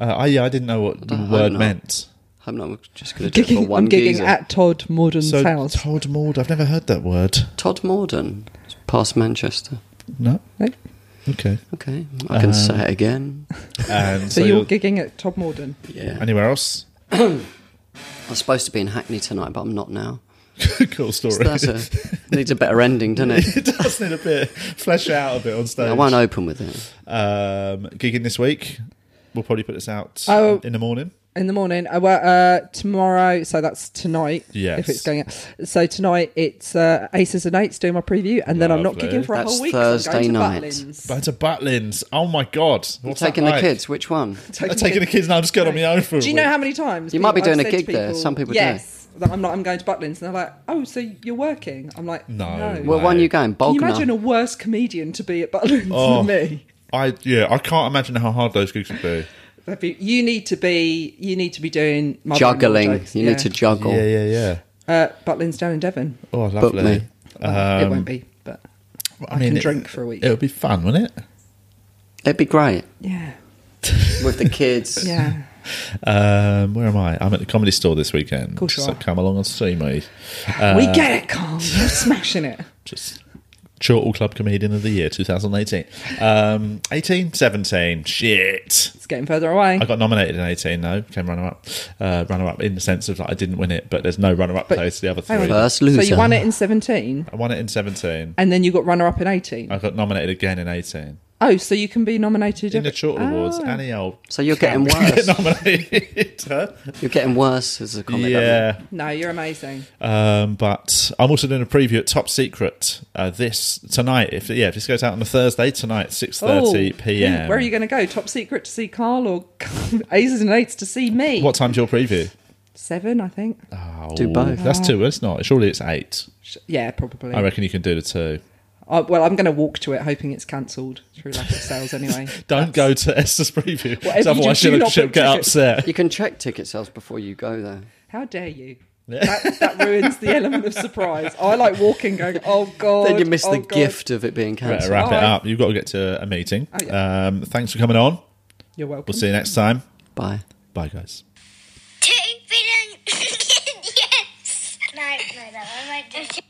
Speaker 1: Uh, I, yeah, I didn't know what the
Speaker 4: don't- I
Speaker 1: word
Speaker 4: don't know.
Speaker 1: meant.
Speaker 4: I'm not I'm just going to do it for
Speaker 3: Gigging,
Speaker 4: one
Speaker 3: I'm gigging
Speaker 4: geezer.
Speaker 3: at Todd Morden's
Speaker 1: So
Speaker 3: house.
Speaker 1: Todd Maud, I've never heard that word.
Speaker 4: Todd Morden, It's past Manchester.
Speaker 1: No.
Speaker 3: No?
Speaker 1: Okay.
Speaker 4: Okay, I can
Speaker 1: Um,
Speaker 4: say it again.
Speaker 1: And
Speaker 3: So,
Speaker 1: so,
Speaker 3: you're,
Speaker 1: you're
Speaker 3: gigging at Todd Morden.
Speaker 4: Yeah,
Speaker 1: anywhere else?
Speaker 4: I was supposed to be in Hackney tonight, but I'm not now.
Speaker 1: cool
Speaker 4: So
Speaker 1: story.
Speaker 4: That's a needs a better ending, doesn't it?
Speaker 1: Oh, it does need a bit flesh it out a bit on stage.
Speaker 4: I won't open with it.
Speaker 1: Um, gigging this week. We'll probably put this out
Speaker 3: Oh.
Speaker 1: um, in the morning.
Speaker 3: In the morning, uh, well, uh, tomorrow, so that's tonight.
Speaker 1: Yes.
Speaker 3: If it's going out. So tonight it's uh, Aces and Eights doing my preview, and then I'm not
Speaker 1: Lovely.
Speaker 3: gigging for a
Speaker 4: That's
Speaker 3: whole week.
Speaker 4: Thursday
Speaker 3: I'm
Speaker 4: night.
Speaker 3: going To Butlins.
Speaker 1: But to Butlins. Oh my god!
Speaker 4: I'm
Speaker 1: What's that
Speaker 4: taking the
Speaker 1: like?
Speaker 4: kids. Which one?
Speaker 1: I'm taking the kids now. I'm just going on my own for. a
Speaker 3: Do you know
Speaker 1: week.
Speaker 3: how many times
Speaker 4: You might be
Speaker 3: people-
Speaker 4: doing
Speaker 3: I've
Speaker 4: a
Speaker 3: said
Speaker 4: gig
Speaker 3: to
Speaker 4: there. Some people do.
Speaker 3: yes, do. I'm not. I'm going to Butlins, and they're like, "Oh, so you're working?" I'm like,
Speaker 1: No.
Speaker 3: "No."
Speaker 4: Well,
Speaker 1: Right.
Speaker 4: one you going?
Speaker 3: Can you imagine
Speaker 4: Bognor.
Speaker 3: a worse comedian to be at Butlins
Speaker 1: Oh.
Speaker 3: than me?
Speaker 1: I yeah, I can't imagine how hard those gigs would be.
Speaker 3: That'd be- you need to be you need to be doing mother-in-law
Speaker 4: Juggling.
Speaker 3: jokes,
Speaker 4: you
Speaker 3: yeah.
Speaker 4: need to juggle.
Speaker 1: Yeah, yeah, yeah.
Speaker 3: Uh, Butlins down in Devon.
Speaker 1: Oh,
Speaker 4: Book
Speaker 1: lovely.
Speaker 4: me.
Speaker 3: it
Speaker 1: Um,
Speaker 3: won't be, but I, can drink for a week.
Speaker 1: It'll be fun, won't it?
Speaker 4: It'd be great
Speaker 3: yeah,
Speaker 4: with the kids.
Speaker 3: yeah.
Speaker 1: Um, where am I? I'm at the comedy store this weekend.
Speaker 3: course you
Speaker 1: so
Speaker 3: are.
Speaker 1: come along and see me.
Speaker 3: we
Speaker 1: Uh,
Speaker 3: get it, Carl. You're smashing it.
Speaker 1: Just Chortle Club Comedian of the Year 2018. Um, 18? 17. Shit.
Speaker 3: It's getting further away.
Speaker 1: I got nominated in 18, though. Came runner up. Uh, runner up in the sense of like, I didn't win it, but there's no runner up
Speaker 3: But-
Speaker 1: place. The other
Speaker 3: hang on.
Speaker 1: three.
Speaker 4: First
Speaker 3: So
Speaker 4: loser.
Speaker 3: you won it in 17,
Speaker 1: I won it in 17.
Speaker 3: and then you got runner-up in 18.
Speaker 1: I got nominated again in 18.
Speaker 3: Oh, so you can be nominated
Speaker 1: In the
Speaker 3: every-
Speaker 1: Chortle Awards,
Speaker 3: Oh.
Speaker 1: Annie Old.
Speaker 4: So you're getting
Speaker 1: get
Speaker 4: worse.
Speaker 1: nominated. huh?
Speaker 4: You're getting worse as a comic. aren't
Speaker 1: Yeah.
Speaker 3: No, you're amazing.
Speaker 1: Um, but I'm also doing a preview at Top Secret uh, this tonight. If yeah, if this goes out on a Thursday tonight, six thirty
Speaker 3: Oh,
Speaker 1: p.m.
Speaker 3: Where are you going to go? Top secret to see Carl or Aces and Eights to see me?
Speaker 1: What time's your preview?
Speaker 3: Seven, I think.
Speaker 1: Oh,
Speaker 4: Do both.
Speaker 1: That's two. It's not. Surely it's eight.
Speaker 3: Sh- Yeah, probably.
Speaker 1: I reckon you can do the two.
Speaker 3: Uh, well, I'm going to walk to it, hoping it's cancelled through lack of sales anyway.
Speaker 1: Don't go to Esther's preview. 'cause
Speaker 3: you
Speaker 1: Otherwise,
Speaker 3: do
Speaker 1: she'll,
Speaker 3: not
Speaker 1: she'll
Speaker 3: book
Speaker 1: get
Speaker 3: tickets.
Speaker 4: you?
Speaker 1: upset.
Speaker 4: You can check ticket sales before you go though.
Speaker 3: How dare you? that, that ruins the element of surprise. I like walking, going, oh god.
Speaker 4: Then you miss
Speaker 3: oh,
Speaker 4: the
Speaker 3: God."
Speaker 4: gift of it being
Speaker 1: Better
Speaker 4: cancelled.
Speaker 1: wrap it
Speaker 3: Alright.
Speaker 1: up. You've got to get to a meeting.
Speaker 3: Oh, yeah.
Speaker 1: um, thanks for coming on.
Speaker 3: You're welcome.
Speaker 1: We'll see you next time.
Speaker 4: Bye.
Speaker 1: Bye, guys.
Speaker 2: Two billion idiots. No, no, no, I might do.